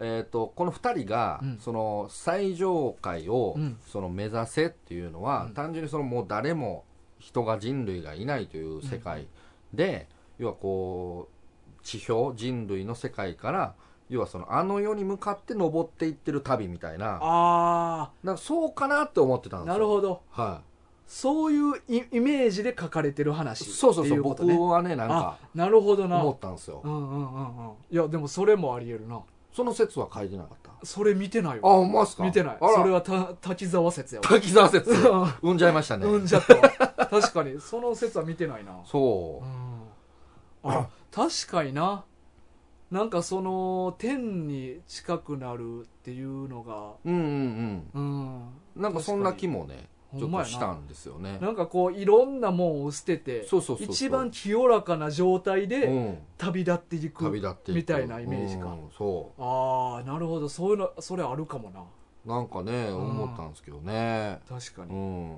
えー、とこの2人が、うんその最上階を、うんその目指せっていうのは、うん単純にそのもう誰も人が人類がいないという世界で、要はこう地表人類の世界から要はそのあの世に向かって登っていってる旅みたいなあなんかそうかなって思ってたんあですよなるほどはそういうイイメージで書かれてるい、話そうそうってそいうこと僕ねはねなんかなるほどな思うったんですよんうんうんうんいやでもそれもありえるなその説は書いてなかったそれ見てないあわほんまっすか見てないあらそれはた滝沢説やわ滝沢説 う産んじゃいましたね、んうんじゃったわ確かにその説は見てないなそううんあ確かにななんかその天に近くなるっていうのがうんうんうんうんなんかそんな気ももねほちょんっまやとなしたんですよねなんかこういろんなもんを捨ててそうそうそうそう一番清らかな状態うでん旅立っていく旅立っていくみたいなイメージかうんそああなるほどそういうのそれあるかもなうなんかねん思ったんですけどね確かに、うん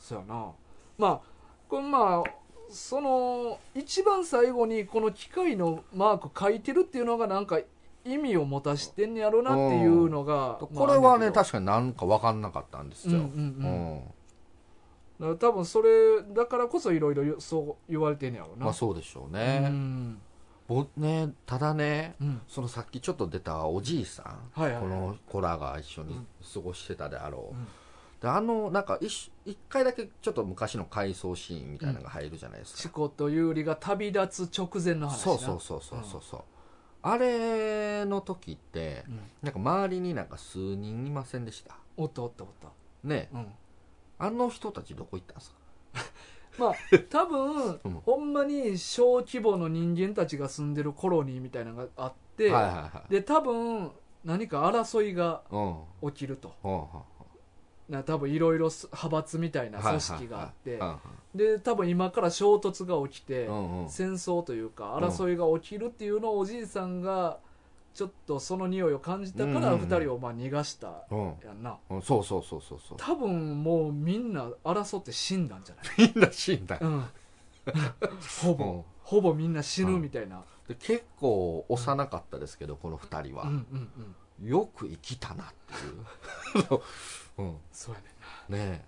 そうやなまあこれまあその一番最後にこの機械のマーク書いてるっていうのがなんか意味を持たしてんねやろなっていうのが、これはねまあ確かになんか分かんなかったんですあんねよんけどうんうんうんうんだから多分それだからこそいろいろそう言われてんねやろな、まあそうでしょううねん僕ねただねうんそのさっきちょっと出たおじいさんはいはいこの子らが一緒に過ごしてたであろう、うんであのなんか一一回だけちょっと昔の回想シーンみたいなのが入るじゃないですチか、コとユーリが旅立つ直前の話なそうそうそうそうそうそうあれの時ってうん、なんか周りになんか数人いませんでしたおったおったおったねうんあの人たちどこ行ったんですか まあ多分、うんほんまに小規模の人間たちが住んでるコロニーみたいなのがあって、はいはいはいで多分何か争いがうんうん起きるとうんな多分いろいろ派閥みたいなはいはいはい組織があって、うんで多分今から衝突が起きて、うんうん戦争というかうん争いが起きるっていうのをおじいさんがちょっとその匂いを感じたからうんうんうん二人をまあ逃がしたうんやんなうんそうそうそうそうそう多分もうみんな争って死んだんじゃないみんな死んだよ うん、ほぼ、うんほぼみんな死ぬみたいな、で結構幼かったですけどこの二人うは、ん、うんうんよく生きたなっていう うんねそうやねえ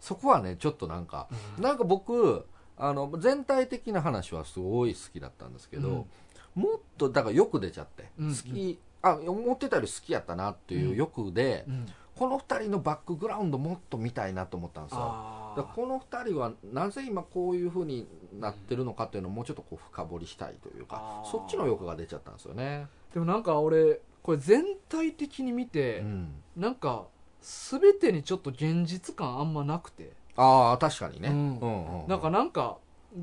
そこはねちょっとなんかうんなんか僕あの全体的な話はすごい好きだったんですけど、もっとだからよく出ちゃって、うんうん好きあ思ってたより好きやったなっていううん欲で、うんこの二人のバックグラウンドもっと見たいなと思ったんですよあだからこの二人はなぜ今こういうふうになってるのかっていうのをもうちょっとこう深掘りしたいというかあーそっちの欲が出ちゃったんですよね、ーでもなんか俺これ全体的に見て、うん、なんか全てにちょっと現実感あんまなくてああ確かにね、うんうんうんなんかなんか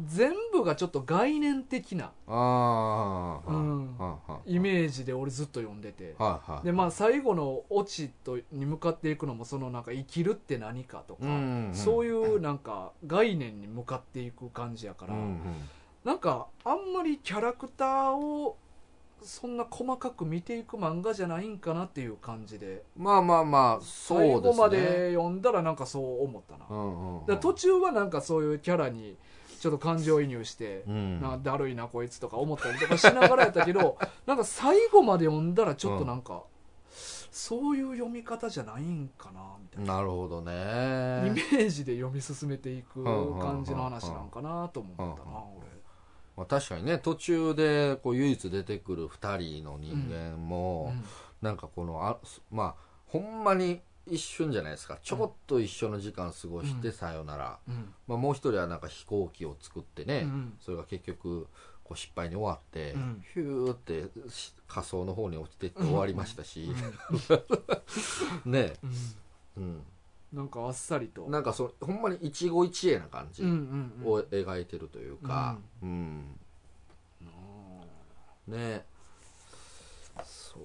全部がちょっと概念的なああ、うんイジメージで俺ずっと読んでてはいはいでまあ最後のオチとに向かっていくのもそのなんか生きるって何かとか、うんうんそういうなんか概念に向かっていく感じやから、うんうんなんかあんまりキャラクターをそんな細かく見ていく漫画じゃないんかなっていう感じでまあまあまあそうですね最後まで読んだらなんかそう思ったな、だうかんうんうんら途中はなんかそういうキャラにちょっと感情移入して、うんなんかだるいなこいつとか思ったりとかしながらやったけ どなんか最後まで読んだらちょっとなんか、そういう読み方じゃないんかなみたいな、なるほどイねメージで読み進めていく感じの話なんかなとも思ったな、まあ、確かにね途中でこう唯一出てくる2人の人間も俺、、うんなんかこのあまあほんまに一瞬じゃないですかちょこっと一緒の時間過ごしてうんさよなら、うんまあ、もう一人はなんか飛行機を作ってね、うんそれが結局こう失敗に終わって、うんヒューってし火葬の方に落ちてって終わりましたし、ね、うんうん、なんかあっさりとなんかそほんまに一期一会な感じうんうんうんを描いてるというか、うんねそう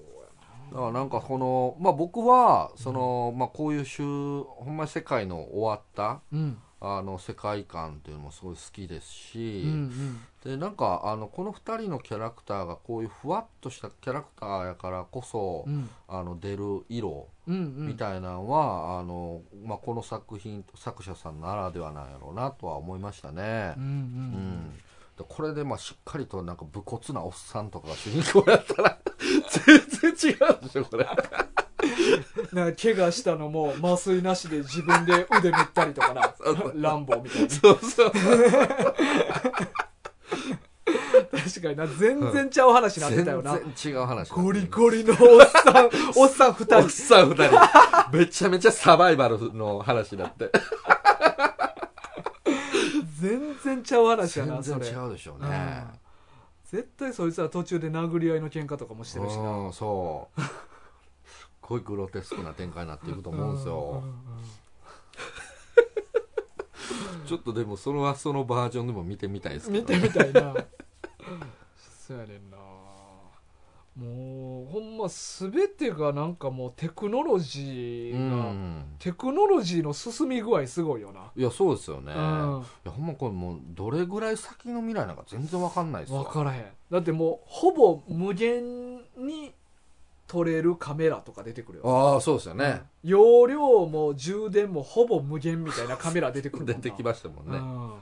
だからなんかこの、まあ、僕はその、まあ、こういう週ほんまに世界の終わったやなうんあの世界観っていうのもすごい好きですうし、んでなんかあのこの2人のキャラクターがこういうふわっとしたキャラクターやからこそ、うんあの出る色うんうんみたいなのは、あのまあ、この作品作者さんならではなんやろうなとは思いましたねう。んうんうんでこれでまあしっかりとなんか武骨なおっさんとかが主人公やったら 全然違うでしょこれなんか怪我したのも麻酔なしで自分で腕塗ったりとか なランボーみたいなそうそう確かにな全然ちゃう話になって全たよな然違う話ゴリゴリのおっさんおっさんお二っ人さん二人めちゃめちゃサバイバルの話になって全然ちゃう話や全な然それ違うでしょううねん絶対そいつは途中で殴り合いの喧嘩とかもしてるしなうんそうすっごいグロテスクな展開になっていくと思うんですよ、んうんうんちょっとでもそれはそのバージョンでも見てみたいですけ見どてねみたい なそうやねんなもうほんま全てがなんかもうテクノロジうーが、んテクノロジーの進み具合すごいよな、いやそうですようんね、いやほんまこれもうどれぐらい先の未来なんか全然わかんないですよ分からへんだってもうほぼ無限に撮れるカメラとか出てくるよああそうですよね、容量も充電もほぼ無限みたいなカメラ出てくるもん 出なてきましたもんね、うん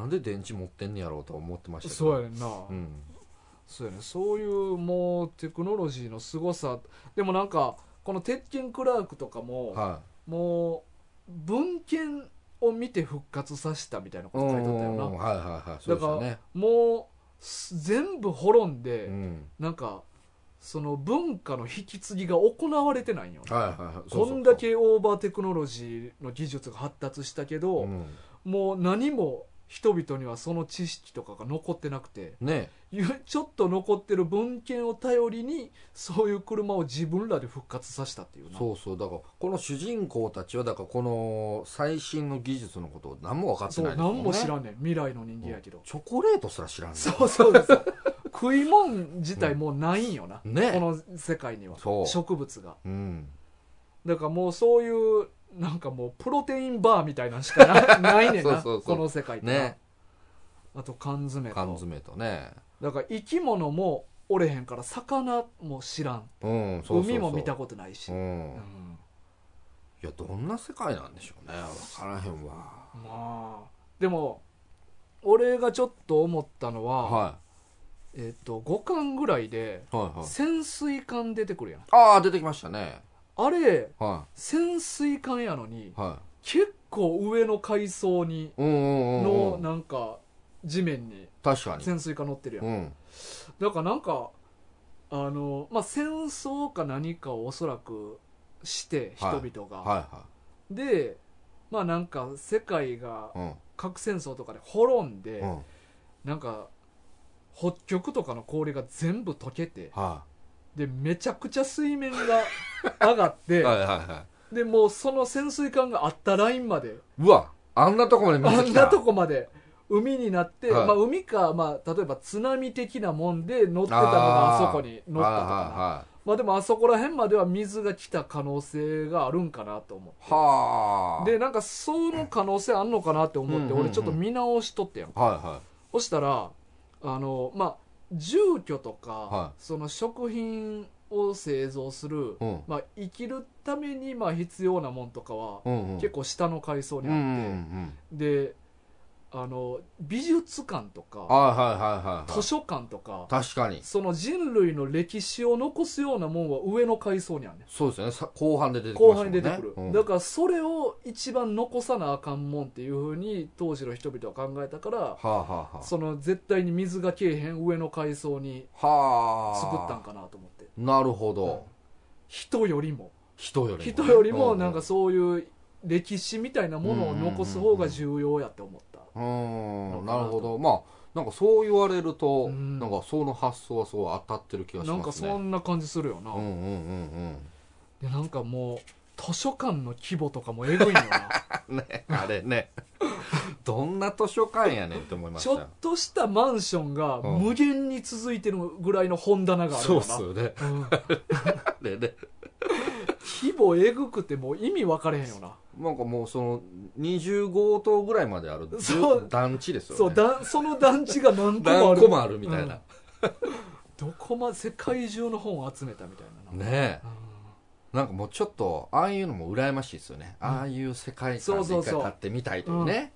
なんで電池持ってんねやろうとは思ってましたけどそうやねんな、うんそうやねそういうもうテクノロジーのすごさでもなんかこの鉄拳クラークとかも、はもう文献を見て復活させたみたいなこい、と書いてあったようんなはいはいはいそうですよねもうす全部滅んで、うんなんかその文化の引き継ぎが行われてないよね、はいはいはいこんだけオーバーテクノロジーの技術が発達したけど、うんもう何も人々にはその知識とかが残ってなくてねゆ ちょっと残ってる文献を頼りにそういう車を自分らで復活させたっていうなそうそうだからこの主人公たちはだからこの最新の技術のことを何も分かってそうないですん何も知らんねん未来の人間やけど、チョコレートすら知らんねそうそうです よ食い物自体もうないんよな、ねこの世界にはそう植物がうんだからもうそういうなんかもうプロテインバーみたいなんしか なないねんなそうそうそうこの世界ってなねあと缶詰と缶詰とねだから生き物もおれへんから魚も知らんうんそうそうそう海も見たことないし、ううんんいやどんな世界なんでしょうね分からへんわまあでも俺がちょっと思ったのは、はえっと5巻ぐらいでいはいはい潜水艦出てくるやんああ出てきましたねあれは潜水艦やのにいは結構上の階層にいうんうんうんのうんなんか地面に確かに潜水艦乗ってるやんうんだからなんかあのまあ戦争か何かをおそらくしては人い々が、はでまあなんか世界がいはい核戦争とかで滅んで、うんうんなんか北極とかの氷が全部溶けてはでめちゃくちゃ水 面が上がっいて、はいはいはでもうその潜水艦があったラインまでいうわあんなとこまで見あてんきなたとこまで海になって、はいまあ、海か、まあ、例えば津波的なもんで乗ってたのがあそこに乗ったとかなはまあ、でもあそこら辺までは水が来た可能性があるんかなと思いはいはあうでなんかその可能性あんのかなって思って、うんうんうん俺ちょっと見直しとってやんはいはそしたらあのまあ住居とか、はその食品を製造する、うんまあ、生きるためにまあ必要なもんとかは、うんうん結構下の階層にうあんっうて、んうんであの美術館とかはいはいはいはいはい図書館とか確かにその人類の歴史を残すようなもんは上の階層にあるねんそうですよねさ後半で出てき後ますも半んにね出てくる、うんだからそれを一番残さなあかんもんっていうふうに当時の人々は考えたからはあはあはその絶対に水がけえへん上の階層にあはあ作ったんかなと思ってなるほど人よりも人よりもね人よりうもうなんかそういう歴史みたいなものを残す方が重要やって思ったうーんなるほどまあなんかそう言われると、うんなんかその発想はすごい当たってる気がしなんまかすねそんな感じするよな、うんうんうんうんでなんかもう図書館の規模とかもえぐいのよなね、あれ ねどんな図書館やねんって 思いましちたょよっとしたマンションが無限に続いてるぐらいの本棚があるそうよっなすよねうんあれね規模えぐくてもう意味分かれへんよななんかもうその25棟ぐらいまであるそう団地ですよねそうだその団地が何個もあ何る個もあるみたいな、どこまで世界中の本を集めたみたいなな、ねうんえなんかもうちょっとああいうのも羨ましいですよね、うんああいう世界そ観うでそう一そう回買ってみたいというね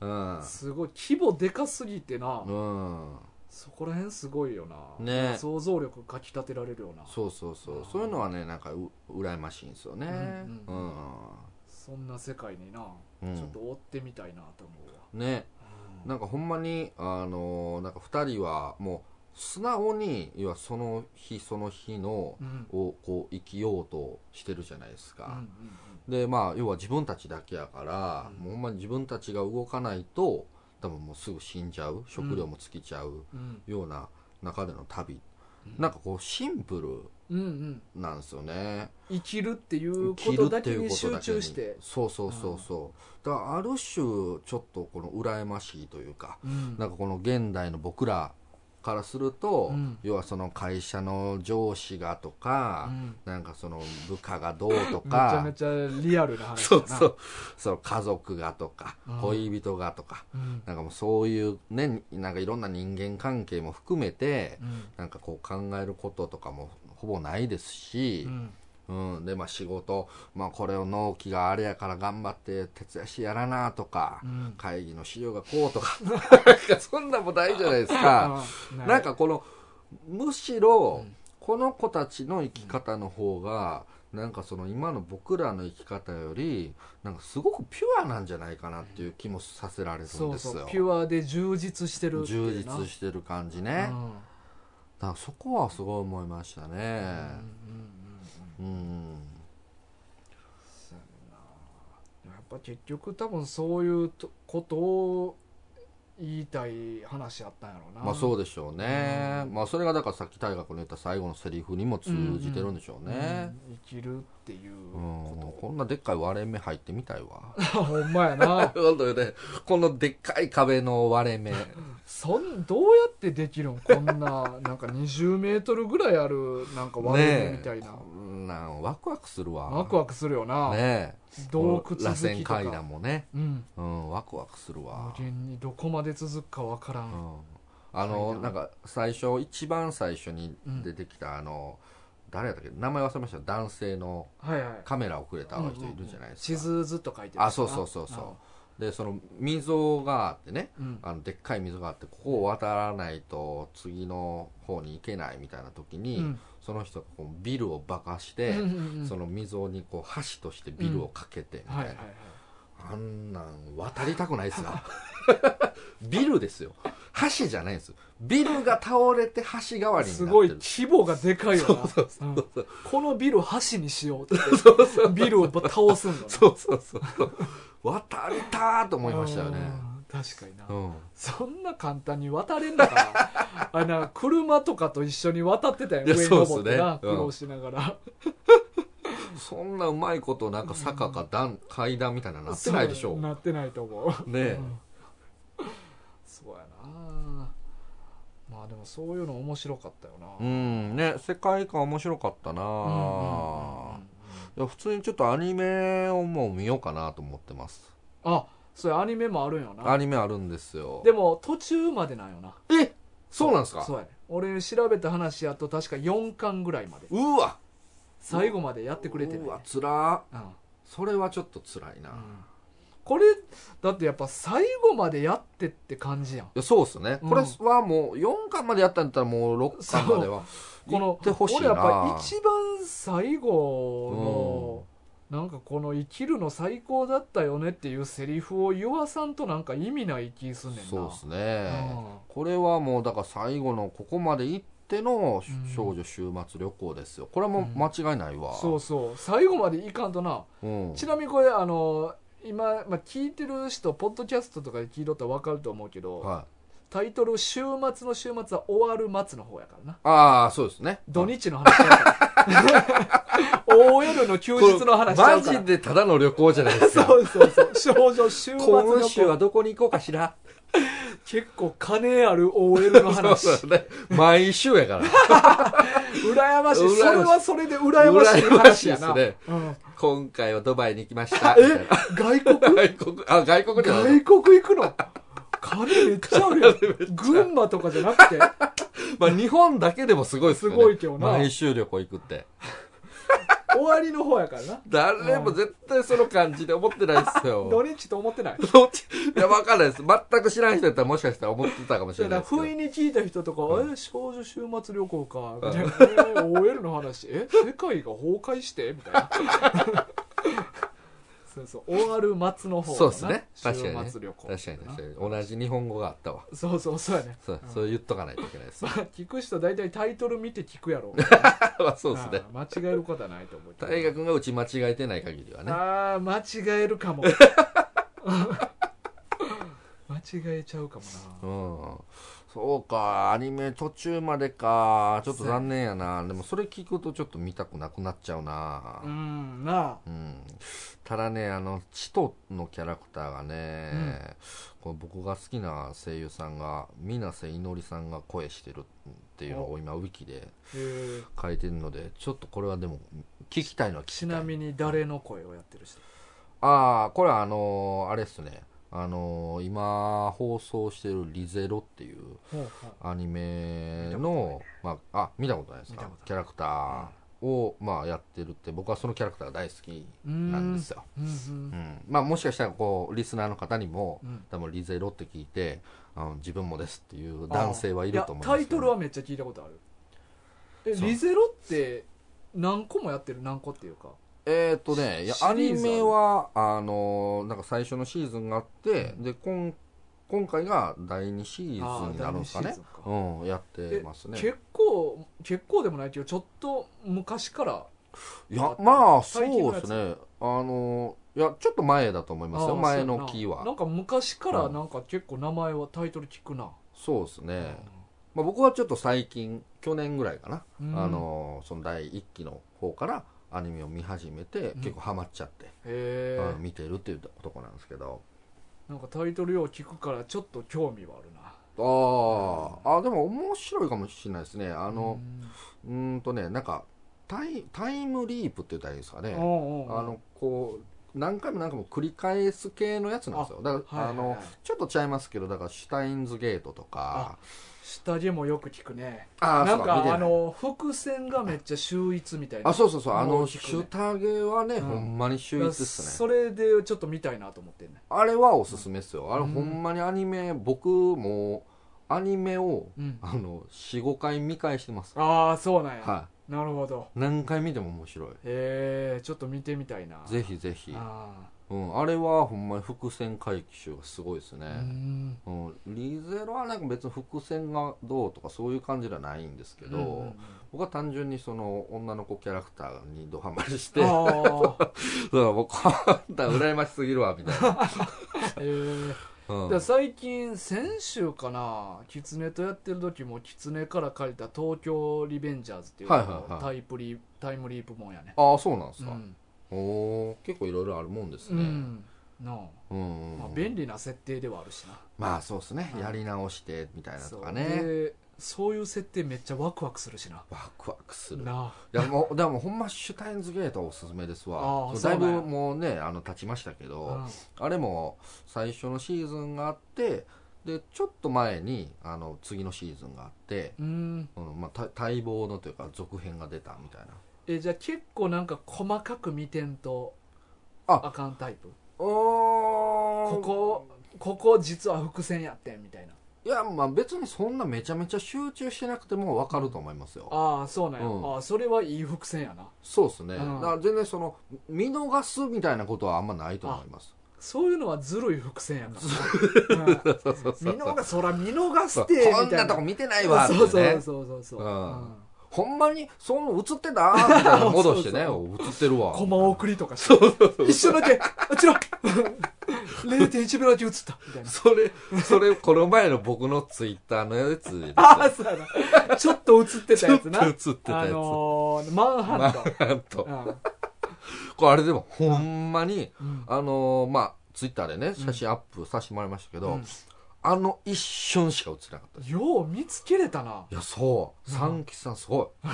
うんすごい規模でかすぎてな、うんそこら辺すごいよな、ねえ想像力かきたてられるよなそうそうそう、うんそういうのはねなんかう羨ましいんですよねううんん、そんな世界にな、うんちょっと追ってみたいなと思うわねうんなんかほんまにあのーなんか2人はもう素直に要はその日その日のうんをこう生きようとしてるじゃないですうんうんうか、んでまあ要は自分たちだけやから、うんもうほんまに自分たちが動かないと多分もうすぐ死んじゃう食料も尽きちゃううんような中での旅、うんなんかこうシンプうんうんルなんですよね生きるっていうこ着とるだってけいうにこと集だけ中にしてそうそうそうそう、だからある種ちょっとこの羨ましいというか、うんなんかこの現代の僕らからすると、うん要はその会社の上司がとうか、んなんかその部下がどうとめちゃかめちゃリアルな話そだうなそうそう家族がとか、うん恋人がとかうんなんかもうそういうねなんかいろんな人間関係も含めて、うんなんかこう考えることとかもほぼないですしう、んうんでまあ仕事、まあ、これを納期があれやから頑張って徹夜してやらなとか、うん会議の資料がこう とかなんかそんなんもないじゃないですかうんなんかこのむしろ、うんこの子たちの生き方の方が、なんかその今の僕らの生き方よりなんかすごくピュアなんじゃないかなっていう気もさせられるんですよ、そうそうピュアで充実してるって充いうな実してる感じね、うんだからそこはすごい思いましたねうんうんうんうんうん、そうやなやっぱ結局多分そういうとことを言いたい話やったんやろうなまあそうでしょうね、うんまあそれがだからさっき大河君の言った最後のセリフにも通じてるんでしょうね、うん生きるっていううんここんなでっかい割れ目入ってみたいわ と ほんまやな本当よねこのでっかい壁の割れ目そんどうやってできるんこんななんか20メートルぐらいあるなんか割れ目みたいな、こんなんワクワクするわワクワクするよな、ねえ洞窟螺好き旋とか階段もねうんうんワクワクするわ無限にどこまで続くかわから、うんんあのなんか最初一番最初に出てきたあの誰やったっけ名前忘れました男性のはいはいカメラをくれた人いるじゃないです地か図ずっと書いてあそうそうそうそうでその溝があってねうん、うんあのでっかい溝があってここを渡らないと次の方に行けないみたいな時に、うんその人がこうビルを爆破しうて、んうんうんその溝にこう橋としてビルをかけてみたはいな、いはいはいあんなん渡りたくないですが ビルですよ橋じゃないんですよビルが倒れて橋代わりになってるすごい規模がでかいよなうんこのビル橋にしようってビルを倒すんだなそうそうそうそう渡りたーと思いましたよねうん確かにな、うんそんな簡単に渡れんだ からあれな車とかと一緒に渡ってたよいや上に登ってな、そうっすねうん苦労しながらそんなうまいことなんか坂か段階段みたいなのなってないでしそょううねなってないと思うえうんそうやなまあでもそういうの面白かったよなううんんね世界観面白かったなうんうんうんあいや普通にちょっとアニメをもう見ようかなと思ってますあそうやアニメもあるんよなアニメあるんですよでも途中までなんよなえそうなんですかそうやね俺調べた話やと確か4巻ぐらいまでうわ最後までやってくれてないうわつらうんそれはちょっとつらいな、ういんこれだってやっぱ最後までやってって感じやんやそうっすね、うんこれはもう4巻までやったんだったらもう6巻まではこ行のってほしい俺やっぱな一番最後の、なんかこの「生きるの最高だったよね」っていうセリフを言わさんとなんか意味ない気すんねんなそうっすうね、んこれはもうだから最後のここまで行ってのうん少女終末旅行ですよこれはもう間違いないわ、うん、そうそう最後までいかんとなちなみにこれあの今、まあ、聞いてる人ポッドキャストとかで聞いとったら分かると思うけど、はい、タイトル「週末の週末は終わる末」の方やからなああそうですね土日の話ちゃうから OL の休日の話ちゃうマかジらでただの旅行じゃないですか そうそうそう少女週末の今週はどこに行こうかしら結構金ある OL の話そうそうね 毎週やから羨まし羨まいしいそれはそれで羨ましい話やな、羨ましいですうん今回はドバイに行きましたみたいえな外国外国あ外国じゃない外国行くの金めっちゃあるよ群馬とかじゃなくてまあ日本だけでもすごいっすよねすごいけどな毎週旅行行くって終わりの方やからな誰も絶対その感じで思ってないっす よ土日と思ってないどっちいや、わかんないです。全く知らん人やったらもしかしたら思ってたかもしれだからないですけ不ど。意に聞いた人とか「うえ少女週末旅行か」みたいなえー「OL の話え世界が崩壊して?」みたい なそうそう終わる末の方そうですね。週確かに、ね。末旅行確かに確かに。同じ日本語があったわ。そうそうそうやね そう、そう言っとかないといけないです。 まあ聞く人大体タイトル見て聞くやろうそうですね。ああ間違えることはないと思うけど大河君がうち間違えてない限りはね。ああ間違えるかも 間違えちゃうかもう。なんそうか、アニメ途中までか。ちょっと残念やな。でもそれ聞くとちょっと見たくなくなっちゃうなう。んなあうん、ただねあのチトのキャラクターがね、この僕が好きな声優さんが水瀬いのりさんが声してるっていうのを今ウィキでへえ書いてるのでちょっとこれはでも聞きたいのは聞きたちいなみに誰の声をやってる人ああこれはあのーあれっすねあのー今放送してる「リゼロ」っていうアニメのまああ見たことないです見たかことないキャラクターを、まあ、やってるって僕はそのキャラクターが大好きなんですようんうんまあ、もしかしたらこうリスナーの方にも、うん多分リゼロって聞いてあの自分もですっていううん男性はいると思うんやタですイけトど、ルはめっちゃ聞いたことあるえそうリゼロって何個もやってる何個っていうかえーっ、とねいやシアリニーズあるメはあのーなんか最初のシーズンがあって、で今今回が第2シーズンになるんですかあー第二シーねズンかうん、やってますね結構結構でもないけどちょっと昔からいやまあそ最近のうやでつすねあのーいやちょっと前だと思いますあよー前のそうキーやななはんか昔からうんなんか結構名前はタイトル聞くな、そうですね、まあ、僕はちょっと最近去年ぐらいかなうんあのその第1期の方からアニメを見始めて、うん結構ハマっちゃって、へあのえ見てるっていうとこなんですけどなんかタイトルよう聞くからちょっと興味はあるなあーあでも面白いかもしれないですねああのうーんとねなんかタイタイムリープって言ったらいいんですかあね、あののこう何回も何回も繰り返す系のやつなんですよだから、はいはいはいあのちょっと違いますけどだからシュタインズゲートとか下着もよく聞くねあーなそんう見てかないあの伏線がめっちゃ秀逸みたいなあそうそうそうあもうの聞くねシュタゲはね、うんほんまに秀逸ですねそれでちょっと見たいなと思ってんねあれはおすすめですよ、あれうんほんまにアニメ僕もアニメをうんあの45回見返してます、ああそうなんや、はなるほどい、何回見ても面白いへえちょっと見てみたいなぜひぜひあうん、あれはほんまに伏線回収がすごいですあ、ね、うんリゼロはなんか別に伏線がどうとかそういう感じではないんですけけど、僕は単純にその女の子キャラクターにドハマりしてあそあう僕はあんた羨ましすぎるわみたい な、へえうんだから最近先週かなキツネとやってる時もキツネから借りた「東京リベンジャーズ」っていうのはいはいはいタイプリタイムリープもんやねああそうなんですうか、ん、おお結構いろいろあるもんですうね、んなあうんうんうんまあ、便利な設定ではあるしなまあそうですね、うんやり直してみたいなとそうかねでそういう設定めっちゃワクワクするしなワクワクするなあいやもうでもほんまシュタインズゲートおすすめですあわあそうだいぶそうなんやもうねあの経ちましたけど、うんあれも最初のシーズンがあってでちょっと前にあの次のシーズンがあって、うんうんまあ、た待望のというか続編が出たみたいなえじゃあ結構なんか細かく見てんとああかんタイプこここここ実は伏線やってんみたいないやまあ別にそんなめちゃめちゃ集中してなくても分かると思いますよ、ああそうなんや、うんああそれはいい伏線やなそうですね、うんだから全然その見逃すみたいなことはあんまないと思います そういうのはずるい伏線やから、うん、見逃すそら見逃そしうてみたいなこんなとこ見てないわってねそうそうそうそうそう、うんうんほんまにその映ってたみたいな戻してねそ映ってるわコマ送りとかして一緒だけあちら 0.1秒だけ映ったみたいな それそれこの前の僕のツイッターのやつですああそうやなちょっと映ってたやつなちょっ と映ってたやつあのー、マンハッなんとタン、うんこれあれでもほんまにうんあのーまあツイッターでね写真アップさせてもらいましたけど、うんあの一瞬しか映ってなかったですよう見つけれたな、いやそううん三吉さんすごい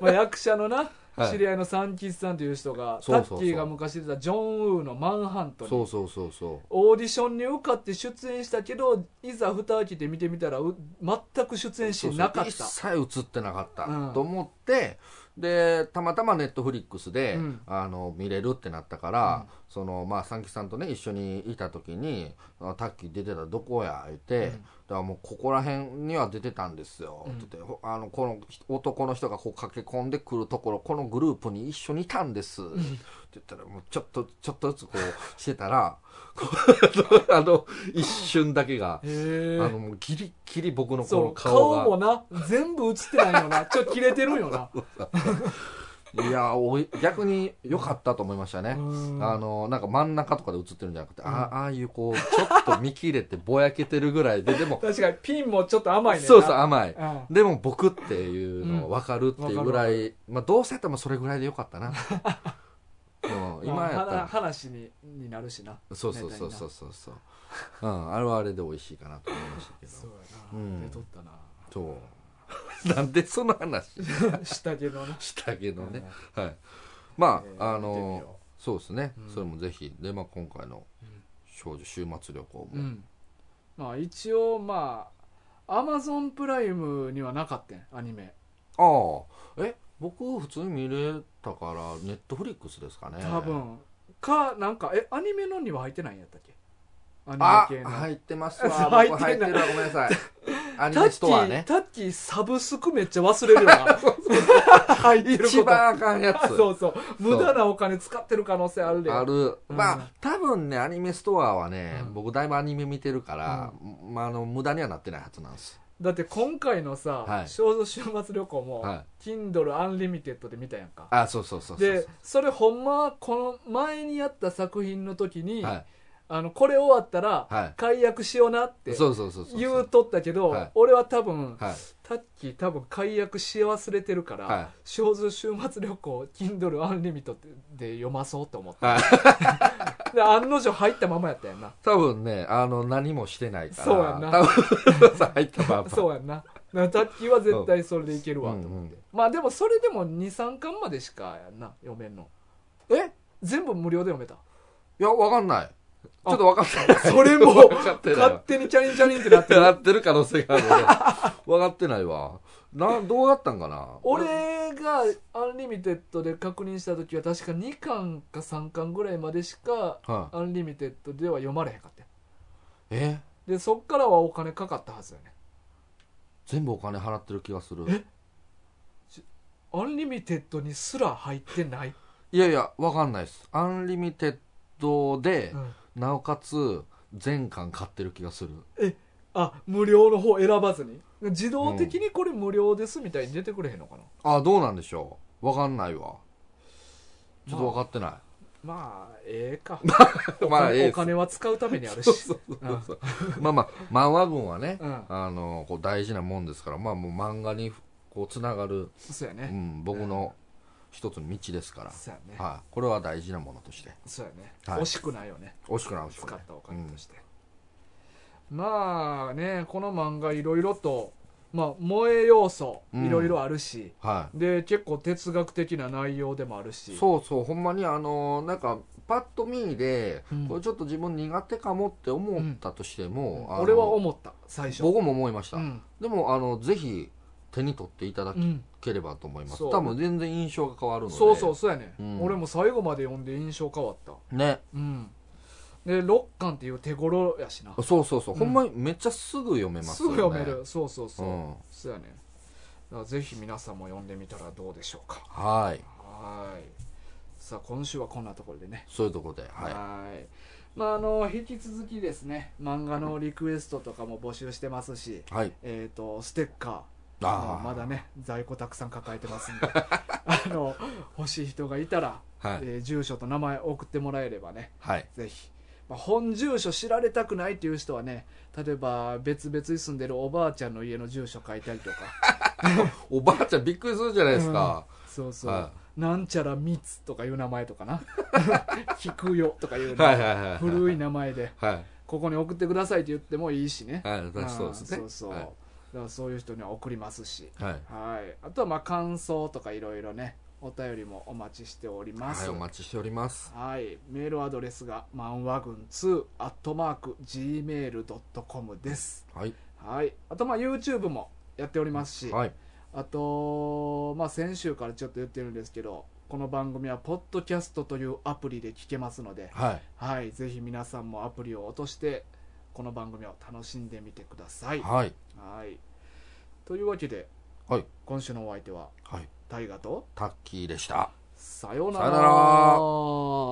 まあ、役者のな、 はい知り合いのサンキスさんという人がそうそうそうタッキーが昔出たジョン・ウーのマンハントにそうそうそうそオーディションに受かって出演したけどいざ蓋開けて見てみたらう全く出演うシそうーンそなうかった一切映ってなかった、うんと思ってでたまたまネットフリックスで、うんあの見れるってなったから、そのまあ三吉さんとね一緒にいた時に「あタッキー出てたどこや?」言って、うんだからもうここら辺には出てたんですよ」うんって言ってほあのこの男の人がこう駆け込んでくるところこのグループに一緒にいたんです」って言ったらもうちょっとちょっとずつこうしてたら こうあの一瞬だけが。へあえのもうギリギリ僕のこそのう顔顔がもな全部映ってないよなちょっと切れてるんよないやおい逆に良かったと思いま したね、うんあのなんか真ん中とかで映ってるんじゃなくて、あああいうこうちょっと見切れてぼやけてるぐらいでで も、確かにピンもちょっと甘いねんなそうそう甘いうんでも僕っていうの分かるっていうぐらい、まあ、どうせやったらもうそれぐらいでよか ったな、うん、今まやあはったなら話にになるしなそうそうそうそうそうそう、うん、あれはあれで美味しいかなと思いましたけどそうやうなん出とったな そう なんでその話下着のなしたけどね、はいまえあ、ーあ見てみのよそうですね、うんそれもぜひで、まあ、今回のうん少女週末旅行も、うんまあ一応まあアマゾンプライムにはなかったんアニメああえ僕普通に見れたからネットフリックスですかね多分かなんかえアニメのには入ってないんやったっけアあニメ系の入ってますわ 入って僕ない入ってるわごめ んなさいアニタッメキストアー、ねタッキーサブスクめっちゃ忘れるよな 入ってること一番あかんやあ つそうそう無駄なお金使ってる可能性あるである、うんまあ多分ねアニメストアはね、うん僕だいぶアニメ見てるから、まあ、あの無駄にはなってないはずなんですだって今回のさ、はい少女週末旅行も、は Kindle Unlimited で見たやんかあそうそうそうそうでそれほんまはこの前にやった作品の時に、はいあのこれ終わったらは解約しようなっていそうそうそうそう言うとったけど、はい俺は多分、はいタッキー多分解約し忘れてるから、はい少女週末旅行 Kindle Unlimited で読まそうと思って、はで案の定入ったままやったやんな多分ね、あの、何もしてないから。そうやんな多分、 入ったまんま。そうやんなだからタッキーは絶対それでいけるわと思って、うんうんうんまあでもそれでも23巻までしかやんな読めんのえ全部無料で読め たいや、わかんない。ちょっとわかんない。それ もわかってない勝わ。手にチャリンチャリンってなって るなってる可能性があるね。わかってないわ。な、どうやったんかな俺がアンリミテッドで確認した時は確か2巻か3巻ぐらいまでしかはいアンリミテッドでは読まれへんかったよえでそっからはお金かかったはずよね全部お金払ってる気がする。アンリミテッドにすら入ってない、いやいや、わかんないです。アンリミテッドでう、んなおかつ、全巻買ってる気がする。あ無料の方選ばずに自動的にこれ無料ですみたいに出てくれへんのかな、あ、どうなんでしょう。わかんないわ。ちょっとわかってない。 まあええかまあ、ええおっす金は使うためにあるしそうそうそうそうまあまあ漫画群はね、うんあのこう大事なもんですからまあもう漫画にこうつながる、そうやうね、ん、僕の一つの道ですから、そうやね、はい、これは大事なものとしてそうやね、はい惜しくないよね惜しくない惜しく使ないったお金として、まあねこの漫画いろいろと、まあ、萌え要素うんいろいろあるし、うんはいで結構哲学的な内容でもあるしそうそうほんまにあのなんかパッと見で、うんこれちょっと自分苦手かもって思ったとしても、あの俺は思った最初僕も思いました、うんでもあのぜひ手に取っていただうんければと思います、そう多分全然印象が変わるのでそうそうそうやね、うん俺も最後まで読んで印象変わったねうんで六巻っていう手頃やしなそうそうそう、うんほんまにめっちゃすぐ読めますすぐ読めるそうそうそう、うんそうやねだからぜひ皆さんも読んでみたらどうでしょうかはいはーいさあ今週はこんなところでねそういうところではいーいまああの引き続きですね漫画のリクエストとかも募集してますしはいえっ、とステッカーあまーあまだね在庫たくさん抱えてますん であの欲しい人がいたら、はい、えー住所と名前送ってもらえればねはいぜひ、まあ、本住所知られたくないっていう人はね例えば別々に住んでるおばあちゃんの家の住所書いたりとか おばあちゃんびっくりするじゃないですか、そうそう、はなんちゃらみつとかいう名前とか な聞くよとかいう、ねはいはいはいはい古い名前ではいここに送ってくださいって言ってもいいしね、はい私そうですねまあそうそう、はいだからそういう人には送りますしはいはい、あとはまあ感想とかいろいろねお便りもお待ちしておりまはす、い、はおい待ちしておりますメールアドレスが漫画軍2アットマーク Gmail.com です、はいはい、あとまあ YouTube もやっておりますし、はいあと、まあ、先週からちょっと言ってるんですけどこの番組はポッドキャストというアプリで聞けますので、はいはい、ぜひ皆さんもアプリを落としてこの番組を楽しんでみてください、はいはい、というわけで、はい今週のお相手ははい大河とタッキーでしたさようなさようなら